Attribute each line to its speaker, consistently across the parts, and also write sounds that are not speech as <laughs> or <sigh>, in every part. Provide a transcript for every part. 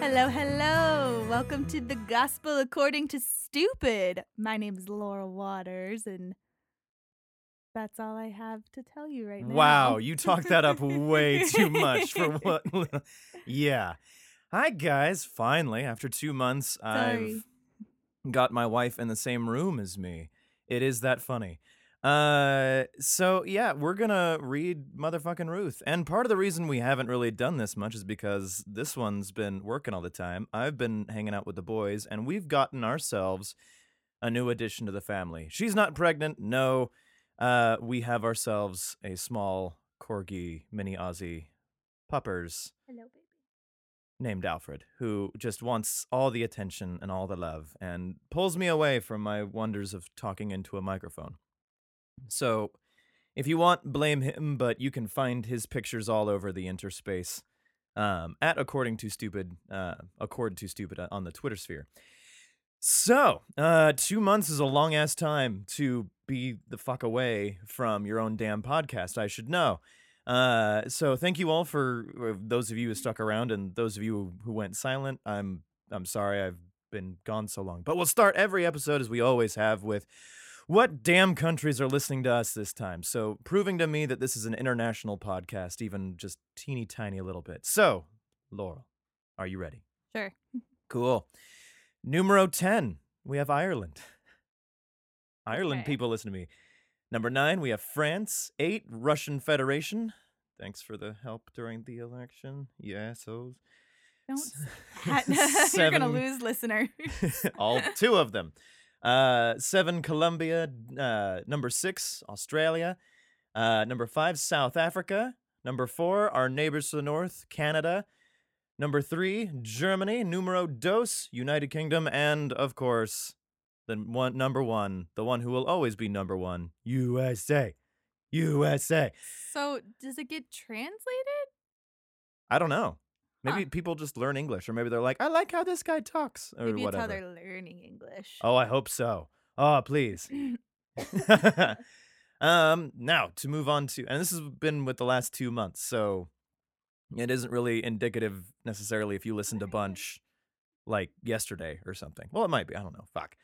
Speaker 1: Hello, hello. Welcome to the Gospel According to Stupid. My name's Laura Waters, and that's all I have to tell you right now.
Speaker 2: Wow, you talked that up way too
Speaker 1: <laughs>
Speaker 2: much for what? yeah. Hi, guys. Finally, after two months,
Speaker 1: Sorry.
Speaker 2: I've got my wife in the same room as me. It is that funny. Uh, so yeah, we're gonna read motherfucking Ruth, and part of the reason we haven't really done this much is because this one's been working all the time. I've been hanging out with the boys, and we've gotten ourselves a new addition to the family. She's not pregnant, no. Uh, we have ourselves a small corgi, mini Aussie, puppers
Speaker 1: Hello, baby.
Speaker 2: named Alfred, who just wants all the attention and all the love and pulls me away from my wonders of talking into a microphone. So, if you want, blame him, but you can find his pictures all over the interspace um, at According to Stupid, uh, Accord to Stupid uh, on the Twitter sphere. So, uh, two months is a long ass time to be the fuck away from your own damn podcast, I should know. Uh, so thank you all for uh, those of you who stuck around and those of you who went silent. I'm I'm sorry I've been gone so long. But we'll start every episode as we always have with what damn countries are listening to us this time. So proving to me that this is an international podcast, even just teeny tiny little bit. So, Laurel, are you ready?
Speaker 1: Sure.
Speaker 2: Cool. Numero 10, we have Ireland. Ireland
Speaker 1: Okay.
Speaker 2: people listen to me. Number 9, we have France. 8, Russian Federation. Thanks for the help during the election. You assholes.
Speaker 1: Don't. <laughs> s- You're gonna
Speaker 2: <laughs> Seven.
Speaker 1: lose listener.
Speaker 2: <laughs> All two of them. Uh, 7, Colombia. Uh, number 6, Australia. Uh, number 5, South Africa. Number 4, our neighbors to the north, Canada. Number 3, Germany. Numero dos, United Kingdom. And, of course, the one number one, the one who will always be number one, USA. USA.
Speaker 1: so, does it get translated?
Speaker 2: I don't know.
Speaker 1: Huh.
Speaker 2: Maybe people just learn English, or maybe they're like, I like how this guy talks, or
Speaker 1: Maybe it's how
Speaker 2: whatever.
Speaker 1: they're learning English.
Speaker 2: Oh, I hope so. Oh, please. <laughs> um, now to move on to, and this has been with the last two months, so it isn't really indicative necessarily if you listened to bunch like yesterday or something. Well, it might be. I don't know. Fuck.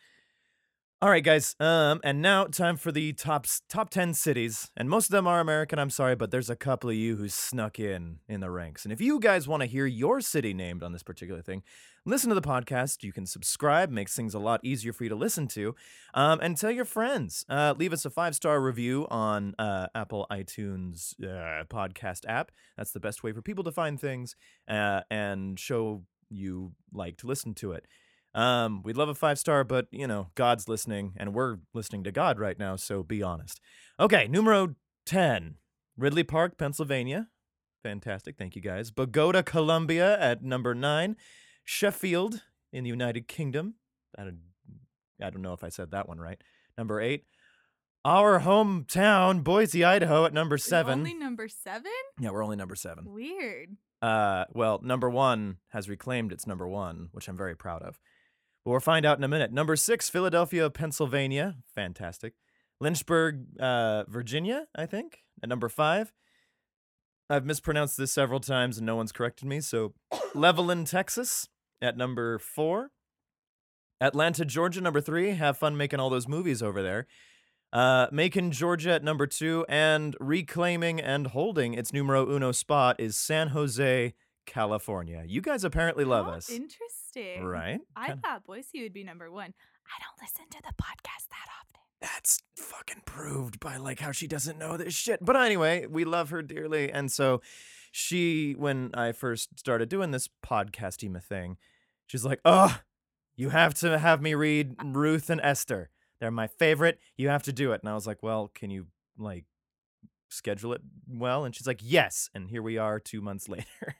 Speaker 2: All right, guys. Um, and now time for the top s- top ten cities, and most of them are American. I'm sorry, but there's a couple of you who snuck in in the ranks. And if you guys want to hear your city named on this particular thing, listen to the podcast. You can subscribe; makes things a lot easier for you to listen to. Um, and tell your friends. Uh, leave us a five star review on uh, Apple iTunes uh, podcast app. That's the best way for people to find things uh, and show you like to listen to it. Um, we'd love a five star, but you know, God's listening, and we're listening to God right now, so be honest. Okay, numero 10, Ridley Park, Pennsylvania. Fantastic. Thank you guys. Bogota, Colombia at number nine. Sheffield in the United Kingdom. I don't, I don't know if I said that one right. Number eight. Our hometown, Boise, Idaho at number
Speaker 1: It's
Speaker 2: seven.
Speaker 1: Only number seven.
Speaker 2: yeah, we're only number seven.
Speaker 1: Weird.
Speaker 2: Uh, well, number one has reclaimed its number one, which I'm very proud of. But we'll find out in a minute. Number six, Philadelphia, Pennsylvania. Fantastic. Lynchburg, uh, Virginia, I think. At number five, I've mispronounced this several times and no one's corrected me. So, <coughs> Levelland, Texas, at number four. Atlanta, Georgia, number three. Have fun making all those movies over there. Uh, Macon, Georgia at number two, and reclaiming and holding its numero uno spot is San Jose, California. You guys apparently love
Speaker 1: How
Speaker 2: us,
Speaker 1: Interesting.
Speaker 2: right?
Speaker 1: I
Speaker 2: Kinda-
Speaker 1: thought Boise would be number one. I don't listen to the podcast that often.
Speaker 2: That's fucking proved by like how she doesn't know this shit. But anyway, we love her dearly. And so she, when I first started doing this podcastima thing, she's like, oh, you have to have me read Ruth and Esther. They're my favorite. You have to do it. And I was like, well, can you like schedule it well? And she's like, yes. And here we are two months <laughs> later.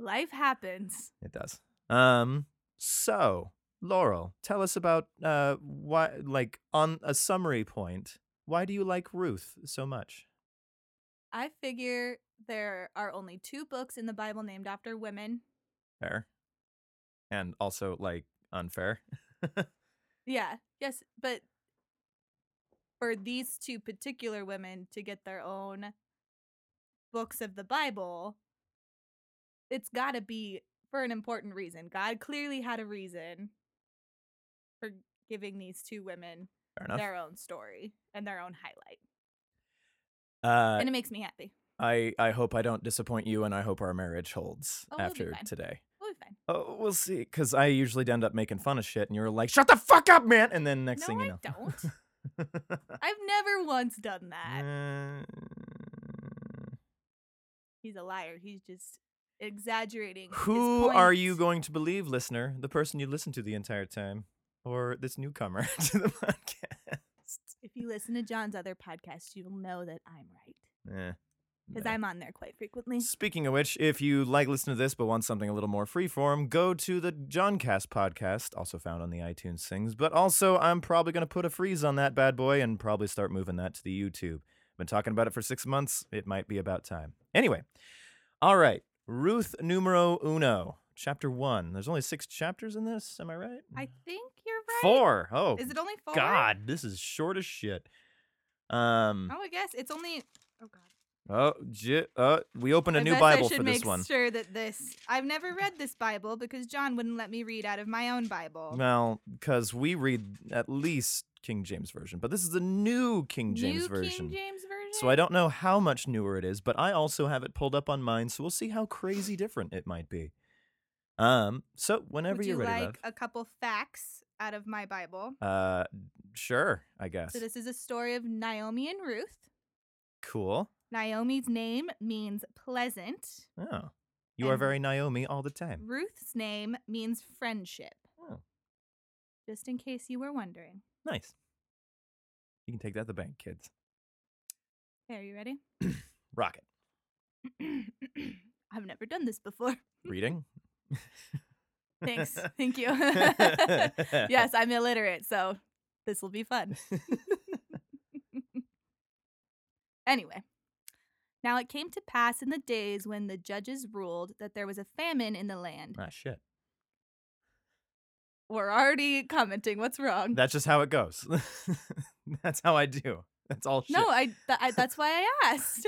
Speaker 1: Life happens.
Speaker 2: It does. Um. So, Laurel, tell us about uh why, like, on a summary point, why do you like Ruth so much?
Speaker 1: I figure there are only two books in the Bible named after women.
Speaker 2: Fair, and also like unfair. <laughs>
Speaker 1: Yeah, yes, but for these two particular women to get their own books of the Bible, it's got to be for an important reason. God clearly had a reason for giving these two women
Speaker 2: Fair enough.
Speaker 1: their own story and their own highlight.
Speaker 2: Uh,
Speaker 1: and it makes me happy.
Speaker 2: I I hope I don't disappoint you, and I hope our marriage holds
Speaker 1: Oh, we'll be
Speaker 2: after
Speaker 1: fine.
Speaker 2: today.
Speaker 1: We'll be fine.
Speaker 2: Oh, we'll see. Because I usually end up making fun of shit, and you're like, "Shut the fuck up, man!" And then next
Speaker 1: No,
Speaker 2: thing you
Speaker 1: I
Speaker 2: know, <laughs>
Speaker 1: don't. I've never once done that.
Speaker 2: Mm.
Speaker 1: He's a liar. He's just exaggerating. his
Speaker 2: Who are you
Speaker 1: point.
Speaker 2: going to believe, listener? The person you listened to the entire time, or this newcomer <laughs> to the podcast?
Speaker 1: If you listen to John's other podcasts, you'll know that I'm right
Speaker 2: Eh,
Speaker 1: because
Speaker 2: meh.
Speaker 1: I'm on there quite frequently.
Speaker 2: Speaking of which, if you like listening to this but want something a little more freeform, go to the Johncast podcast, also found on the iTunes things. But also, I'm probably going to put a freeze on that bad boy and probably start moving that to the YouTube. Been talking about it for six months. It might be about time. Anyway, all right. Ruth numero uno, chapter one. There's only six chapters in this. Am I right?
Speaker 1: I think you're right.
Speaker 2: Four. Oh,
Speaker 1: Is it only four?
Speaker 2: God, this is short as shit. Um.
Speaker 1: Oh, I guess it's only. Oh God.
Speaker 2: Oh, j- uh, we opened a
Speaker 1: I
Speaker 2: new
Speaker 1: guess
Speaker 2: Bible
Speaker 1: I should
Speaker 2: for
Speaker 1: make
Speaker 2: this one.
Speaker 1: sure that this. I've never read this Bible because John wouldn't let me read out of my own Bible.
Speaker 2: Well, because we read at least King James Version, but this is the new King James
Speaker 1: New
Speaker 2: Version.
Speaker 1: King James version.
Speaker 2: So I don't know how much newer it is, but I also have it pulled up on mine, so we'll see how crazy different it might be. Um, so whenever
Speaker 1: Would
Speaker 2: you're
Speaker 1: you
Speaker 2: ready,
Speaker 1: like a couple facts out of my Bible?
Speaker 2: love. Uh, sure, I guess.
Speaker 1: So this is a story of Naomi and Ruth.
Speaker 2: cool.
Speaker 1: Naomi's name means pleasant.
Speaker 2: Oh, you are
Speaker 1: And-
Speaker 2: very Naomi all the time.
Speaker 1: Ruth's name means friendship.
Speaker 2: Oh.
Speaker 1: Just in case you were wondering.
Speaker 2: Nice. You can take that to the bank, kids.
Speaker 1: Okay, are you ready? <clears throat>
Speaker 2: Rocket.
Speaker 1: I've never done this before. <laughs>
Speaker 2: Reading. <laughs>
Speaker 1: Thanks. Thank you. <laughs> yes, I'm illiterate, so this will be fun. <laughs> Anyway, now it came to pass in the days when the judges ruled that there was a famine in the land.
Speaker 2: Ah, shit.
Speaker 1: We're already commenting. What's wrong?
Speaker 2: That's just how it goes. <laughs> That's how I do. That's all shit.
Speaker 1: no, I, th- I. That's why
Speaker 2: <laughs>
Speaker 1: I asked.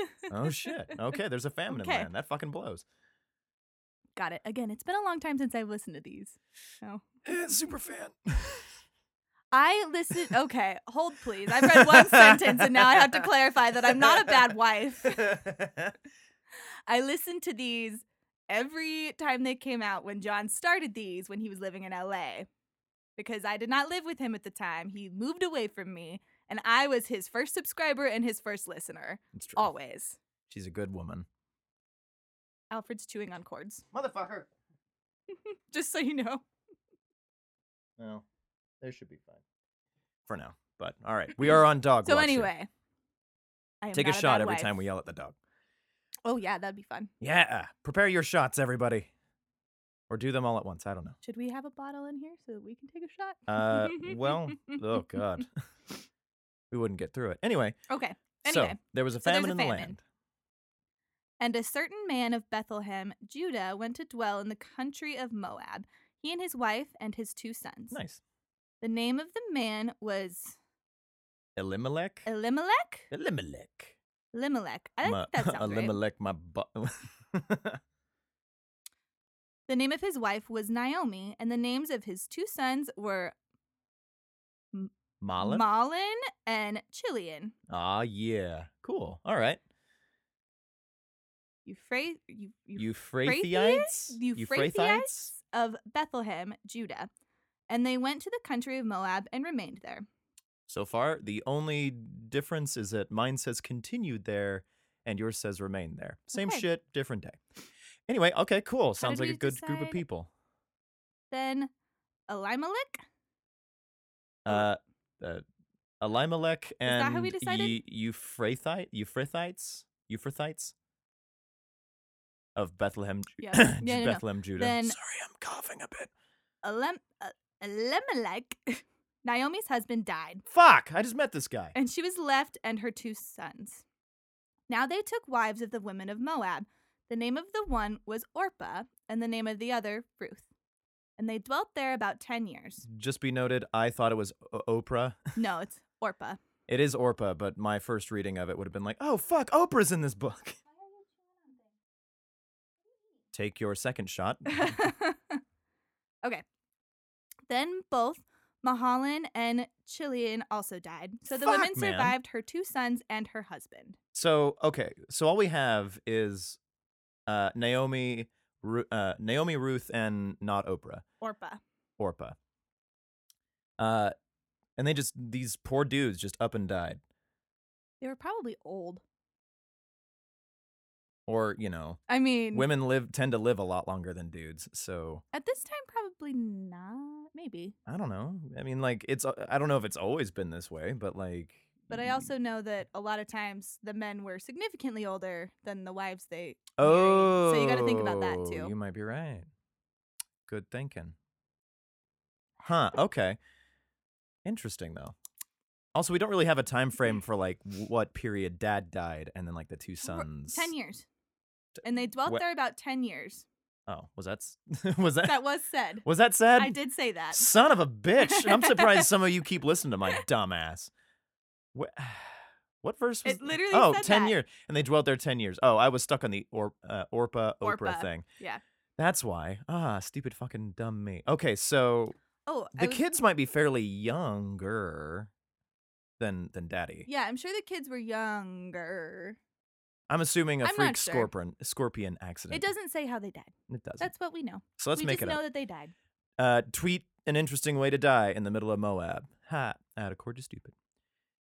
Speaker 1: <laughs>
Speaker 2: oh shit. Okay, there's a famine in
Speaker 1: Okay.
Speaker 2: the land. That fucking blows.
Speaker 1: Got it. Again, it's been a long time since I've listened to these. So
Speaker 2: Eh, super <laughs> fan.
Speaker 1: I listened. Okay, hold please. I've read one sentence and now I have to clarify that I'm not a bad
Speaker 2: <laughs>
Speaker 1: wife. I listened to these every time they came out when John started these when he was living in LA because I did not live with him at the time. He moved away from me and I was his first subscriber and his first listener
Speaker 2: it's true.
Speaker 1: always.
Speaker 2: She's a good woman.
Speaker 1: Alfred's chewing on cords, <laughs>
Speaker 2: Motherfucker.
Speaker 1: just so you know.
Speaker 2: No, there should be fine for now. But all right, we are on dog.
Speaker 1: so
Speaker 2: watch here.
Speaker 1: anyway, I am
Speaker 2: take a
Speaker 1: not
Speaker 2: shot
Speaker 1: bad
Speaker 2: every
Speaker 1: wife.
Speaker 2: time we yell at the dog.
Speaker 1: Oh yeah, that'd be fun.
Speaker 2: Yeah, prepare your shots, everybody, or do them all at once. I don't know.
Speaker 1: Should we have a bottle in here so that we can take a shot?
Speaker 2: Uh,
Speaker 1: <laughs>
Speaker 2: well, oh god, <laughs> we wouldn't get through it. Anyway,
Speaker 1: Okay.
Speaker 2: so
Speaker 1: Anyway,
Speaker 2: there was a
Speaker 1: so there's a
Speaker 2: famine in the
Speaker 1: famine.
Speaker 2: land.
Speaker 1: And a certain man of Bethlehem, Judah, went to dwell in the country of Moab, he and his wife and his two sons.
Speaker 2: Nice.
Speaker 1: The name of the man was
Speaker 2: Elimelech.
Speaker 1: Elimelech?
Speaker 2: Elimelech.
Speaker 1: Elimelech. I
Speaker 2: My-
Speaker 1: think that
Speaker 2: <laughs>
Speaker 1: sounds right.
Speaker 2: Elimelech, my butt.
Speaker 1: The name of his wife was Naomi, and the names of his two sons were
Speaker 2: Malin.
Speaker 1: Malin and Chilion.
Speaker 2: Ah, yeah. Cool. All right.
Speaker 1: Euphra- Eu- Eu-
Speaker 2: Euphrathites.
Speaker 1: Euphrathites of Bethlehem, Judah. And they went to the country of Moab and remained there.
Speaker 2: So far, the only difference is that mine says continued there, and yours says remain there. Same
Speaker 1: Okay.
Speaker 2: shit, different day. Anyway, okay, cool. Sounds
Speaker 1: did
Speaker 2: like a
Speaker 1: we
Speaker 2: good group of
Speaker 1: decide-
Speaker 2: people.
Speaker 1: Then Elimelech
Speaker 2: Uh, uh, Elimelech and
Speaker 1: that how we decided?
Speaker 2: Ye- Euphrathite, Euphrathites, Euphrathites of Bethlehem, <clears throat> Ju- <coughs>
Speaker 1: Yeah. Yeah, <clears throat> no, no.
Speaker 2: Bethlehem, Judah.
Speaker 1: Then-
Speaker 2: Sorry, I'm coughing a bit.
Speaker 1: Elem- uh, Elimelech, <laughs> Naomi's husband, died,
Speaker 2: Fuck! I just met this guy.
Speaker 1: and she was left and her two sons. Now they took wives of the women of Moab. The name of the one was Orpah, and the name of the other, Ruth. And they dwelt there about 10 years.
Speaker 2: Just be noted, I thought it was O- Oprah. <laughs>
Speaker 1: No, it's Orpah. <laughs>
Speaker 2: It is Orpah, but my first reading of it would have been like, oh, fuck,
Speaker 1: <laughs>
Speaker 2: Oprah's in this book. Take your second shot.
Speaker 1: Okay. Then both Mahalan and Chilian also died. So the
Speaker 2: Fuck,
Speaker 1: women
Speaker 2: man.
Speaker 1: survived her two sons and her husband.
Speaker 2: So okay, so all we have is uh, Naomi, Ru- uh, Naomi Ruth, and not Oprah,
Speaker 1: Orpa.
Speaker 2: Orpa. Uh, and they just these poor dudes just up and died,
Speaker 1: They were probably old.
Speaker 2: or you know,
Speaker 1: I mean,
Speaker 2: women live tend to live a lot longer than dudes. So
Speaker 1: at this time, probably not. Maybe.
Speaker 2: I don't know. I mean, like it's uh, I don't know if it's always been this way, but like.
Speaker 1: But I
Speaker 2: y-
Speaker 1: also know that a lot of times the men were significantly older than the wives they married.
Speaker 2: oh,
Speaker 1: So you got to think about that
Speaker 2: You
Speaker 1: too.
Speaker 2: might be right. Good thinking. Huh. Okay. Interesting though. Also, we don't really have a time frame for like what period dad died and then like the two sons.
Speaker 1: 10 years. And they dwelt
Speaker 2: Wha-
Speaker 1: there about 10
Speaker 2: <laughs>
Speaker 1: years.
Speaker 2: Oh, was that s- <laughs> was that,
Speaker 1: That was said.
Speaker 2: was that said?
Speaker 1: I did say that.
Speaker 2: Son of a bitch!
Speaker 1: <laughs>
Speaker 2: I'm surprised some of you keep listening to my dumbass. What, <sighs> what verse was?
Speaker 1: It <laughs> literally
Speaker 2: oh,
Speaker 1: said
Speaker 2: 10
Speaker 1: that.
Speaker 2: years, and they dwelt there ten years. Oh, I was stuck on the or, uh, Orpa Oprah
Speaker 1: Orpa,
Speaker 2: thing.
Speaker 1: yeah.
Speaker 2: that's why. Ah, stupid fucking dumb me. Okay, so
Speaker 1: Oh, I
Speaker 2: the
Speaker 1: was-
Speaker 2: kids might be fairly younger than than Daddy.
Speaker 1: Yeah, I'm sure the kids were younger.
Speaker 2: I'm assuming a
Speaker 1: I'm not
Speaker 2: freak
Speaker 1: sure.
Speaker 2: scorpion scorpion accident.
Speaker 1: It doesn't say how they died.
Speaker 2: It doesn't.
Speaker 1: That's what we know.
Speaker 2: so let's
Speaker 1: we
Speaker 2: make
Speaker 1: just
Speaker 2: it
Speaker 1: know
Speaker 2: up.
Speaker 1: that they died.
Speaker 2: Uh, tweet an interesting way to die in the middle of Moab. Ha! Out of court, you stupid.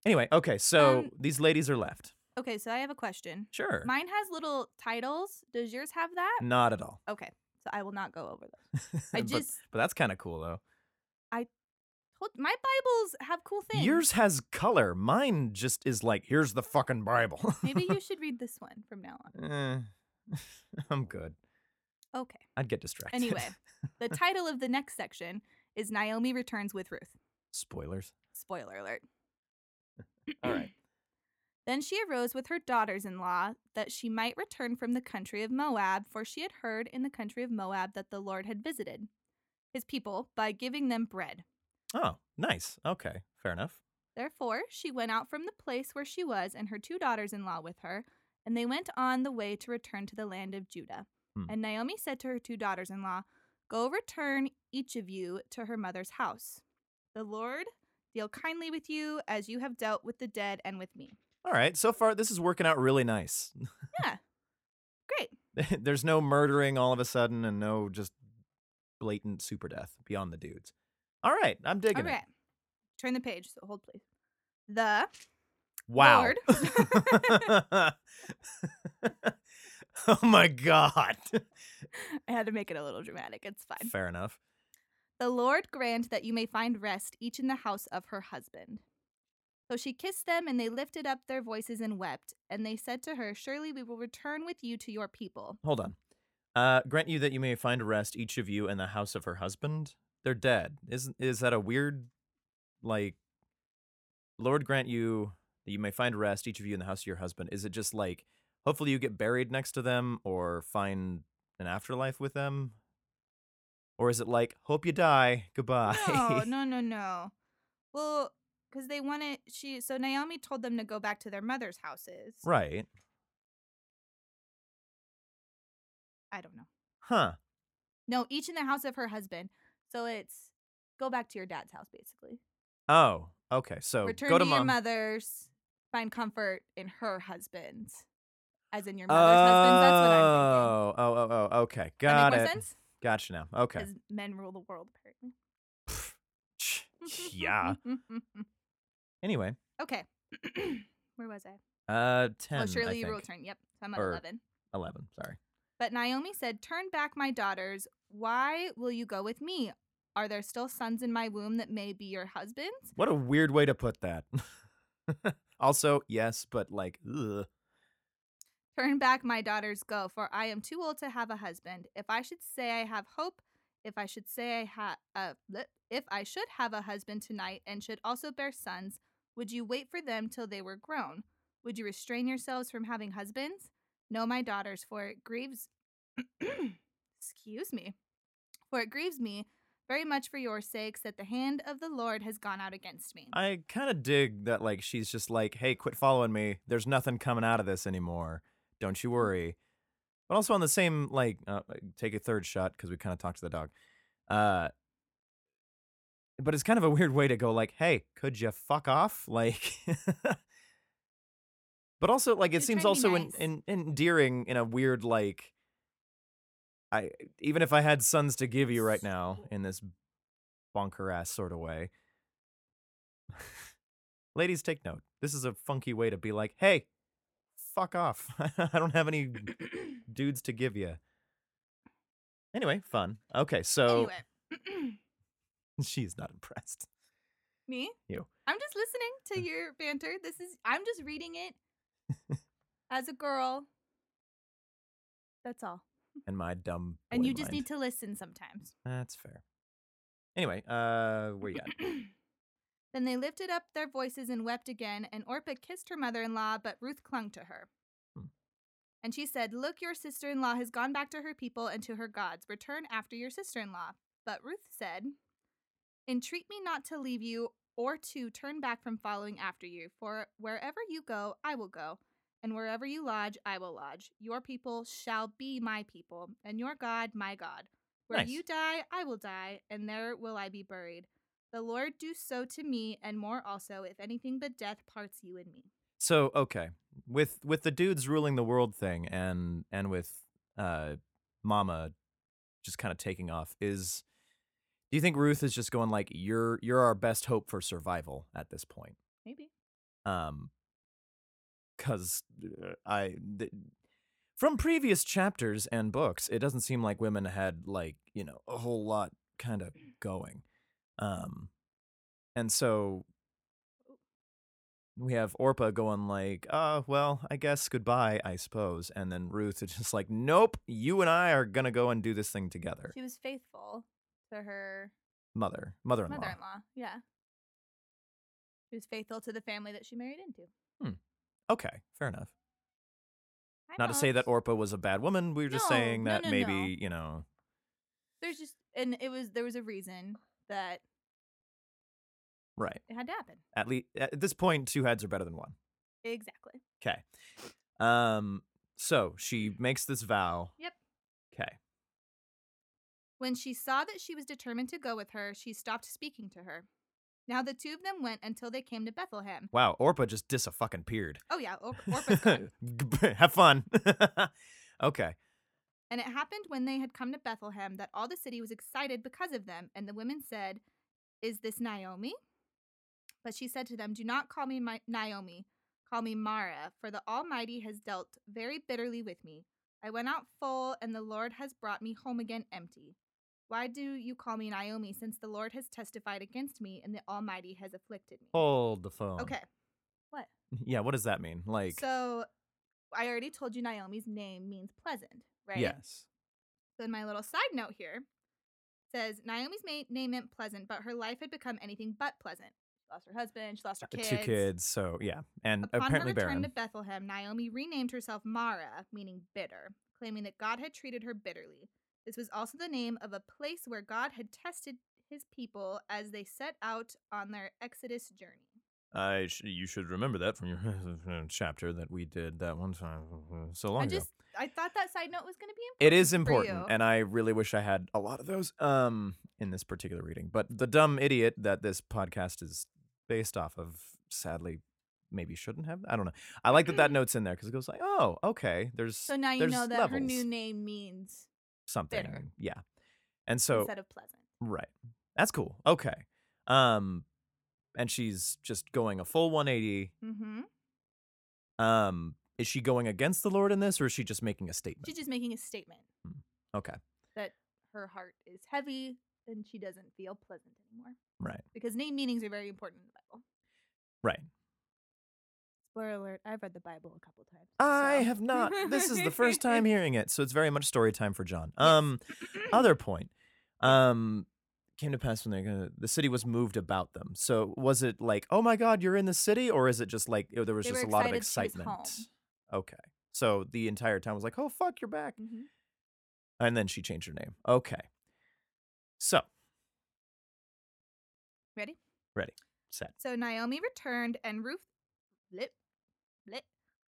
Speaker 2: Anyway, okay, so
Speaker 1: Um,
Speaker 2: these ladies are left.
Speaker 1: Okay, so I have a question.
Speaker 2: Sure.
Speaker 1: Mine has little titles. Does yours have that?
Speaker 2: Not at all.
Speaker 1: Okay, so I will not go over those. I
Speaker 2: <laughs> But-
Speaker 1: just
Speaker 2: but, that's kind of cool though.
Speaker 1: told my Bibles have cool things.
Speaker 2: Yours has color. Mine just is like here's the fucking Bible. <laughs>
Speaker 1: Maybe you should read this one from now on.
Speaker 2: Eh, <laughs> I'm good. <laughs>
Speaker 1: Okay.
Speaker 2: I'd get distracted.
Speaker 1: Anyway, the title of the next section is Naomi returns with Ruth.
Speaker 2: <laughs> spoilers.
Speaker 1: Spoiler alert. <clears throat>
Speaker 2: All right.
Speaker 1: Then she arose with her daughters in law that she might return from the country of Moab, for she had heard in the country of Moab that the Lord had visited his people by giving them bread.
Speaker 2: Oh, nice. Okay, fair enough.
Speaker 1: Therefore, she went out from the place where she was and her two daughters in law with her, and they went on the way to return to the land of Judah.
Speaker 2: Hmm.
Speaker 1: And Naomi said to her two daughters in law, Go return each of you to her mother's house. The Lord deal kindly with you as you have dealt with the dead and with me.
Speaker 2: All right. So far, this is working out really nice. <laughs>
Speaker 1: Yeah. Great.
Speaker 2: There's no murdering all of a sudden, and no just blatant super death beyond the dudes. All right, I'm digging
Speaker 1: Okay.
Speaker 2: it.
Speaker 1: Turn the page. So hold, please. The <laughs>
Speaker 2: Wow.
Speaker 1: Lord.
Speaker 2: <laughs>
Speaker 1: <laughs>
Speaker 2: oh my god.
Speaker 1: I had to make it a little dramatic. It's fine.
Speaker 2: Fair enough.
Speaker 1: The Lord grant that you may find rest each in the house of her husband. So she kissed them, and they lifted up their voices and wept. And they said to her, Surely we will return with you to your people.
Speaker 2: Hold on. Uh, grant you that you may find rest, each of you, in the house of her husband. They're dead. Isn't is that a weird, like? Lord grant you that you may find rest, each of you, in the house of your husband. Is it just like, hopefully you get buried next to them, or find an afterlife with them, or is it like, hope you die, goodbye?
Speaker 1: No,
Speaker 2: <laughs>
Speaker 1: no, no, no. Well, because they wanted she. So Naomi told them to go back to their mother's houses.
Speaker 2: right?
Speaker 1: I don't know.
Speaker 2: Huh?
Speaker 1: No, each in the house of her husband. So it's go back to your dad's house, basically.
Speaker 2: Oh, okay. So
Speaker 1: Return
Speaker 2: go
Speaker 1: to,
Speaker 2: to,
Speaker 1: your
Speaker 2: mom.
Speaker 1: mother's. Find comfort in her husband, as in your
Speaker 2: oh,
Speaker 1: mother's husband. That's what I'm thinking.
Speaker 2: oh, oh, oh. Okay,
Speaker 1: that
Speaker 2: got
Speaker 1: make
Speaker 2: it.
Speaker 1: more sense?
Speaker 2: Gotcha now. Okay.
Speaker 1: Because men rule the world, apparently. <laughs>
Speaker 2: Pfft, yeah. Anyway,
Speaker 1: okay. <clears throat> Where was I?
Speaker 2: uh, ten.
Speaker 1: oh,
Speaker 2: I
Speaker 1: surely you will
Speaker 2: think.
Speaker 1: turn. Yep. So I'm at
Speaker 2: Or-
Speaker 1: 11.
Speaker 2: Eleven. Sorry.
Speaker 1: But Naomi said, Turn back, my daughters. Why will you go with me? Are there still sons in my womb that may be your husbands?
Speaker 2: What a weird way to put that. <laughs> also, yes, but like, ugh.
Speaker 1: Turn back, my daughters, go, for I am too old to have a husband. If I should say I have hope, if I should say I have, uh, bleh, if I should have a husband tonight and should also bear sons, would you wait for them till they were grown? Would you restrain yourselves from having husbands? No, my daughters, for it grieves, <clears throat> excuse me, for it grieves me very much for your sakes that the hand of the Lord has gone out against me.
Speaker 2: I kind of dig that. Like, she's just like, "Hey, quit following me. There's nothing coming out of this anymore. Don't you uh, worry." But also on the same, like, uh, take a third shot because we kind of talked to the dog. Uh, but it's kind of a weird way to go. Like, hey, could you fuck off? <laughs> Like, but also like it
Speaker 1: You're
Speaker 2: seems
Speaker 1: trying to be
Speaker 2: also
Speaker 1: nice.
Speaker 2: en- en- endearing in a weird like. I even if I had sons to give you right now in this bonker ass sort of way. <laughs> Ladies, take note. This is a funky way to be like, hey, fuck off. <laughs> I don't
Speaker 1: <clears throat>
Speaker 2: have any dudes to give you. Anyway, fun. Okay, so
Speaker 1: Anyway,
Speaker 2: <laughs>
Speaker 1: <clears throat>
Speaker 2: she's not impressed.
Speaker 1: me?
Speaker 2: You.
Speaker 1: I'm just listening to your banter. This is I'm just reading it
Speaker 2: <laughs>
Speaker 1: as a girl. That's all.
Speaker 2: And my dumb.
Speaker 1: And
Speaker 2: boy
Speaker 1: you just
Speaker 2: mind.
Speaker 1: need to listen sometimes. <clears throat>
Speaker 2: That's fair. Anyway, uh, where you at?
Speaker 1: then they lifted up their voices and wept again, and Orpah kissed her mother in law, but Ruth clung to her.
Speaker 2: Hmm.
Speaker 1: And she said, Look, your sister in law has gone back to her people and to her gods. Return after your sister in law. But Ruth said, Entreat me not to leave you or to turn back from following after you, for wherever you go, I will go, and wherever you lodge, I will lodge. Your people shall be my people, and your God, my God. Where
Speaker 2: Nice.
Speaker 1: you die, I will die, and there will I be buried. The Lord do so to me, and more also, if anything but death parts you and me.
Speaker 2: So okay, with with the dudes ruling the world thing, and and with uh, Mama just kind of taking off, is do you think Ruth is just going like you're you're our best hope for survival at this point?
Speaker 1: Maybe.
Speaker 2: um because i th- from previous chapters and books it doesn't seem like women had like you know a whole lot kind of going um and so we have orpa going like uh well i guess goodbye i suppose and then ruth is just like nope you and i are gonna go and do this thing together
Speaker 1: She was faithful to her
Speaker 2: mother mother-in-law
Speaker 1: mother in law. Yeah. She was faithful to the family that she married into.
Speaker 2: okay fair enough
Speaker 1: I
Speaker 2: not to say
Speaker 1: know.
Speaker 2: that orpa was a bad woman we were just
Speaker 1: No,
Speaker 2: saying
Speaker 1: no,
Speaker 2: that
Speaker 1: no,
Speaker 2: maybe
Speaker 1: no.
Speaker 2: you know
Speaker 1: There's just, and it was, there was a reason that
Speaker 2: right
Speaker 1: it had to happen.
Speaker 2: at least at this point two heads are better than one
Speaker 1: Exactly.
Speaker 2: okay um so she makes this vow
Speaker 1: Yep.
Speaker 2: okay
Speaker 1: When she saw that she was determined to go with her, she stopped speaking to her. Now the two of them went until they came to Bethlehem.
Speaker 2: wow orpa just dis a fucking peered
Speaker 1: Oh, yeah, Or- Orpah's
Speaker 2: <laughs>
Speaker 1: gone.
Speaker 2: have fun <laughs> okay
Speaker 1: And it happened when they had come to Bethlehem that all the city was excited because of them. And the women said, Is this Naomi? But she said to them, Do not call me Mi- Naomi, call me Mara, for the Almighty has dealt very bitterly with me. I went out full, and the Lord has brought me home again empty. Why do you call me Naomi, since the Lord has testified against me and the Almighty has afflicted me?
Speaker 2: hold the phone
Speaker 1: Okay,
Speaker 2: <laughs> yeah what does that mean like
Speaker 1: so I already told you Naomi's name means pleasant, right?
Speaker 2: yes
Speaker 1: So in my little side note here it says Naomi's ma- name meant pleasant, but her life had become anything but pleasant. She lost her husband. She lost her kids.
Speaker 2: Uh, two kids so yeah and
Speaker 1: Upon her
Speaker 2: apparently
Speaker 1: return
Speaker 2: barren
Speaker 1: to Bethlehem, Naomi renamed herself Mara, meaning bitter, claiming that God had treated her bitterly. This was also the name of a place where God had tested his people as they set out on their Exodus journey.
Speaker 2: i sh- you should remember that from your <laughs> chapter that we did that one time so long
Speaker 1: I
Speaker 2: ago
Speaker 1: just I thought that side note was going to be important.
Speaker 2: It is
Speaker 1: for
Speaker 2: important,
Speaker 1: you.
Speaker 2: and I really wish I had a lot of those um in this particular reading. But the dumb idiot that this podcast is based off of, sadly, maybe shouldn't have. I don't know. I like that that note's in there because it goes like, oh, okay, there's
Speaker 1: Mm-hmm. So now you
Speaker 2: there's
Speaker 1: know that her new
Speaker 2: levels.
Speaker 1: name means
Speaker 2: something,
Speaker 1: bitter.
Speaker 2: yeah. And so
Speaker 1: instead of pleasant.
Speaker 2: right, that's cool. Okay, um, and she's just going a full 180.
Speaker 1: Mm-hmm.
Speaker 2: Um, is she going against the Lord in this, or is she just making a
Speaker 1: She's
Speaker 2: statement?
Speaker 1: just making a statement.
Speaker 2: Hmm. Okay,
Speaker 1: her heart is heavy and she doesn't feel pleasant anymore.
Speaker 2: Right.
Speaker 1: Because name meanings are very important in the Bible.
Speaker 2: right.
Speaker 1: Spoiler alert, I've read the Bible a couple times.
Speaker 2: I
Speaker 1: so-
Speaker 2: have not. This is the
Speaker 1: <laughs>
Speaker 2: first time hearing it, so it's very much story time for John. Um, other point. Um, came to pass when they gonna, the city was moved about them. So was it like, oh my God, you're in the city, or is it just like it- there was
Speaker 1: They were
Speaker 2: just a lot of
Speaker 1: excited she was
Speaker 2: excitement?
Speaker 1: home.
Speaker 2: Okay, so the entire town was like, oh fuck, you're back,
Speaker 1: Mhm.
Speaker 2: and then she changed her name. Okay, so
Speaker 1: Ready?
Speaker 2: set.
Speaker 1: So Naomi returned and Ruth blip, blip,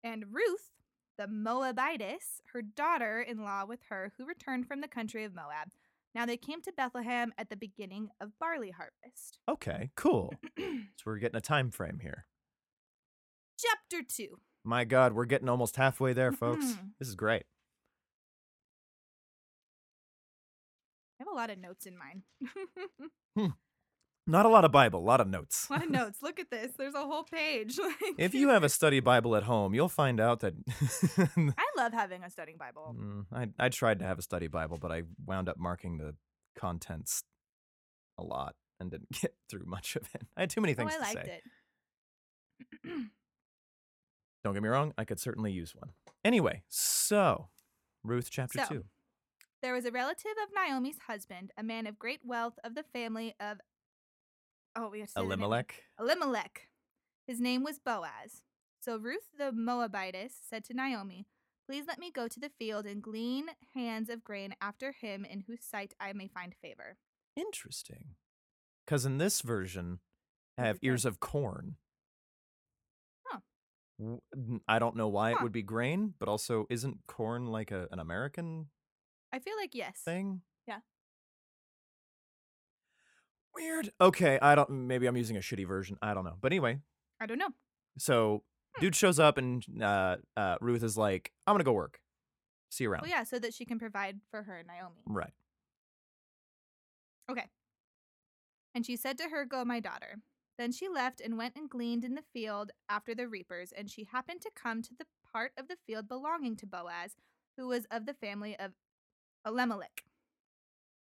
Speaker 1: and Ruth, the Moabitess, her daughter in law with her, who returned from the country of Moab. Now they came to Bethlehem at the beginning of barley harvest. <clears throat>
Speaker 2: Okay, cool. so we're getting a time frame here.
Speaker 1: Chapter 2.
Speaker 2: My God, we're getting almost halfway there, folks.
Speaker 1: Mhm.
Speaker 2: this is great.
Speaker 1: I have a lot of notes in mine. <laughs>
Speaker 2: Not a lot of Bible, a lot of notes.
Speaker 1: a
Speaker 2: <laughs>
Speaker 1: lot of notes. Look at this. There's a whole page. <laughs> Like,
Speaker 2: If you have a study Bible at home, you'll find out that <laughs>
Speaker 1: I love having a studying Bible.
Speaker 2: Mm, I I tried to have a study Bible, but I wound up marking the contents a lot and didn't <laughs> get through much of it. I had too many
Speaker 1: Oh,
Speaker 2: things
Speaker 1: I
Speaker 2: to
Speaker 1: liked
Speaker 2: say.
Speaker 1: it.
Speaker 2: Don't get me wrong, I could certainly use one. Anyway, so Ruth chapter
Speaker 1: So,
Speaker 2: two.
Speaker 1: There was a relative of Naomi's husband, a man of great wealth of the family of. Oh, we have to say the name.
Speaker 2: Elimelech.
Speaker 1: Elimelech. His name was Boaz. So Ruth the Moabitess said to Naomi, Please let me go to the field and glean hands of grain after him in whose sight I may find favor.
Speaker 2: Interesting. Because in this version, I
Speaker 1: What
Speaker 2: have
Speaker 1: is that?
Speaker 2: ears of corn.
Speaker 1: Huh.
Speaker 2: W- n- I don't know why it
Speaker 1: Huh.
Speaker 2: would be grain, but also isn't corn like a, an American
Speaker 1: I feel like yes.
Speaker 2: thing?
Speaker 1: Yeah.
Speaker 2: Weird. Okay, I don't. Maybe I'm using a shitty version. I don't know. But anyway,
Speaker 1: I don't know.
Speaker 2: so
Speaker 1: Hmm.
Speaker 2: dude shows up and uh, uh, Ruth is like, "I'm gonna go work. See you around."
Speaker 1: Well, Oh, yeah, so that she can provide for her Naomi.
Speaker 2: Right.
Speaker 1: And she said to her, Go, my daughter. Then she left and went and gleaned in the field after the reapers, and she happened to come to the part of the field belonging to Boaz, who was of the family of Elimelech.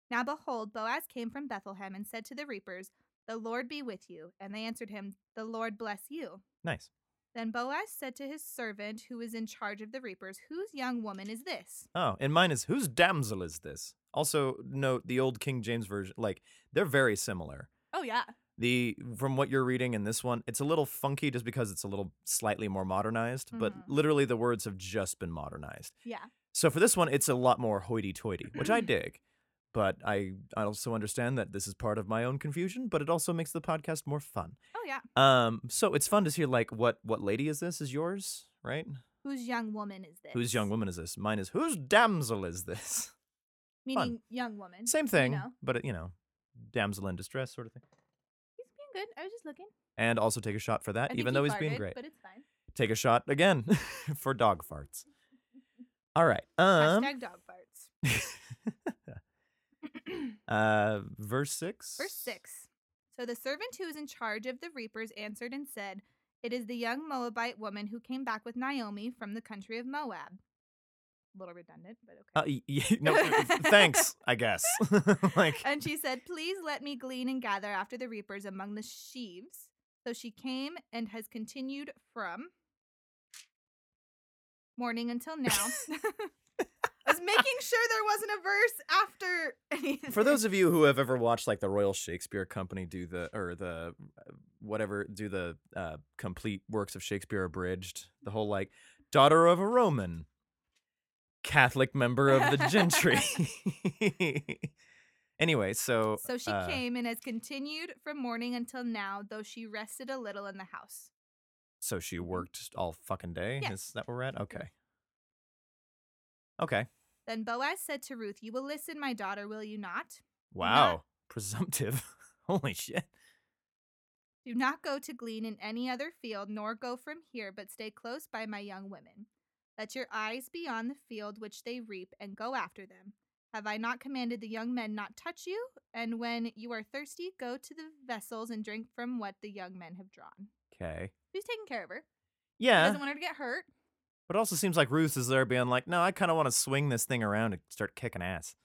Speaker 1: Now behold, Boaz came from Bethlehem and said to the reapers, The Lord be with you. And they answered him, The Lord bless you.
Speaker 2: Nice.
Speaker 1: Then Boaz said to his servant who was in charge of the reapers, Whose young woman is this?
Speaker 2: Oh, and mine is whose damsel is this? Also, note the old King James version. Like they're very similar.
Speaker 1: Oh, yeah.
Speaker 2: The from what you're reading in this one, it's a little funky just because it's a little slightly more modernized. But
Speaker 1: Mhm.
Speaker 2: literally, the words have just been modernized.
Speaker 1: Yeah.
Speaker 2: So for this one, it's a lot more hoity-toity, which
Speaker 1: Mm-hmm.
Speaker 2: I dig. But I, I also understand that this is part of my own confusion, but it also makes the podcast more fun.
Speaker 1: Oh, yeah.
Speaker 2: Um, so it's fun to hear like what what lady is this? Is yours right?
Speaker 1: Whose young woman is this?
Speaker 2: Whose young woman is this? Mine is whose damsel is this?
Speaker 1: Meaning young woman.
Speaker 2: Same thing,
Speaker 1: know.
Speaker 2: but uh, you know, damsel in distress sort of thing.
Speaker 1: He's being good. I was just looking.
Speaker 2: And also take a shot for
Speaker 1: I
Speaker 2: that,
Speaker 1: think
Speaker 2: Uh, even
Speaker 1: he
Speaker 2: though he's being
Speaker 1: farted,
Speaker 2: great.
Speaker 1: But it's fine.
Speaker 2: Take a shot again <laughs> for dog
Speaker 1: <laughs>
Speaker 2: farts. All right. Um.
Speaker 1: Hashtag dog
Speaker 2: <laughs>
Speaker 1: farts.
Speaker 2: uh, verse six.
Speaker 1: Verse 6. So the servant who was in charge of the reapers answered and said, It is the young Moabite woman who came back with Naomi from the country of Moab. A little redundant, but
Speaker 2: Uh,
Speaker 1: okay.
Speaker 2: y- <laughs> y- no, uh, thanks, I guess. <laughs> like,
Speaker 1: and she said, Please let me glean and gather after the reapers among the sheaves. So she came and has continued from morning until
Speaker 2: <laughs>
Speaker 1: now. <laughs> I was making sure there wasn't a verse after <laughs> anything.
Speaker 2: for those of you who have ever watched like the Royal Shakespeare Company do the or the uh, whatever do the uh, complete works of Shakespeare abridged, the whole like daughter of a Roman, Catholic member of the
Speaker 1: <laughs>
Speaker 2: gentry. <laughs> anyway, so
Speaker 1: So she
Speaker 2: uh,
Speaker 1: came and has continued from morning until now, though she rested a little in the house.
Speaker 2: So she worked all fucking day.
Speaker 1: Mm-hmm. Yeah. Mm-hmm.
Speaker 2: Is that where we're at? Okay. Okay.
Speaker 1: Then Boaz said to Ruth, You will listen, my daughter, will you not?
Speaker 2: Wow. Presumptive. <laughs> Holy shit.
Speaker 1: Do not go to glean in any other field, nor go from here, but stay close by my young women. Let your eyes be on the field which they reap, and go after them. Have I not commanded the young men not touch you? And when you are thirsty, go to the vessels and drink from what the young men have drawn.
Speaker 2: Okay.
Speaker 1: Who's taking care of her? He
Speaker 2: Yeah.
Speaker 1: doesn't want her to get hurt.
Speaker 2: But it also seems like Ruth is there being like, no, I kind of want to swing this thing around and start kicking ass.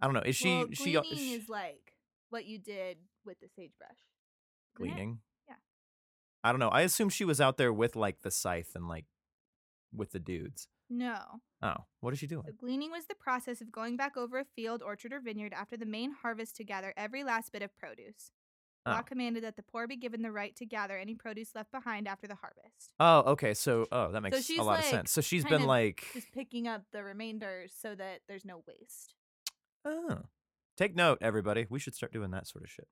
Speaker 2: I don't know. Is she
Speaker 1: well,
Speaker 2: she,
Speaker 1: gleaning
Speaker 2: she
Speaker 1: is like what you did with the sagebrush. isn't it?
Speaker 2: gleaning?
Speaker 1: Yeah.
Speaker 2: I don't know. I assume she was out there with like the scythe and like with the dudes.
Speaker 1: No.
Speaker 2: Oh, what is she doing?
Speaker 1: So gleaning was the process of going back over a field, orchard, or vineyard after the main harvest to gather every last bit of produce. The Law
Speaker 2: Oh.
Speaker 1: commanded that the poor be given the right to gather any produce left behind after the harvest.
Speaker 2: Oh, okay. So, oh, that makes
Speaker 1: she's,
Speaker 2: a lot
Speaker 1: like,
Speaker 2: of sense. So she's
Speaker 1: kind
Speaker 2: been
Speaker 1: of
Speaker 2: like,
Speaker 1: Just picking up the remainder so that there's no waste.
Speaker 2: oh, take note, everybody. We should start doing that sort of shit.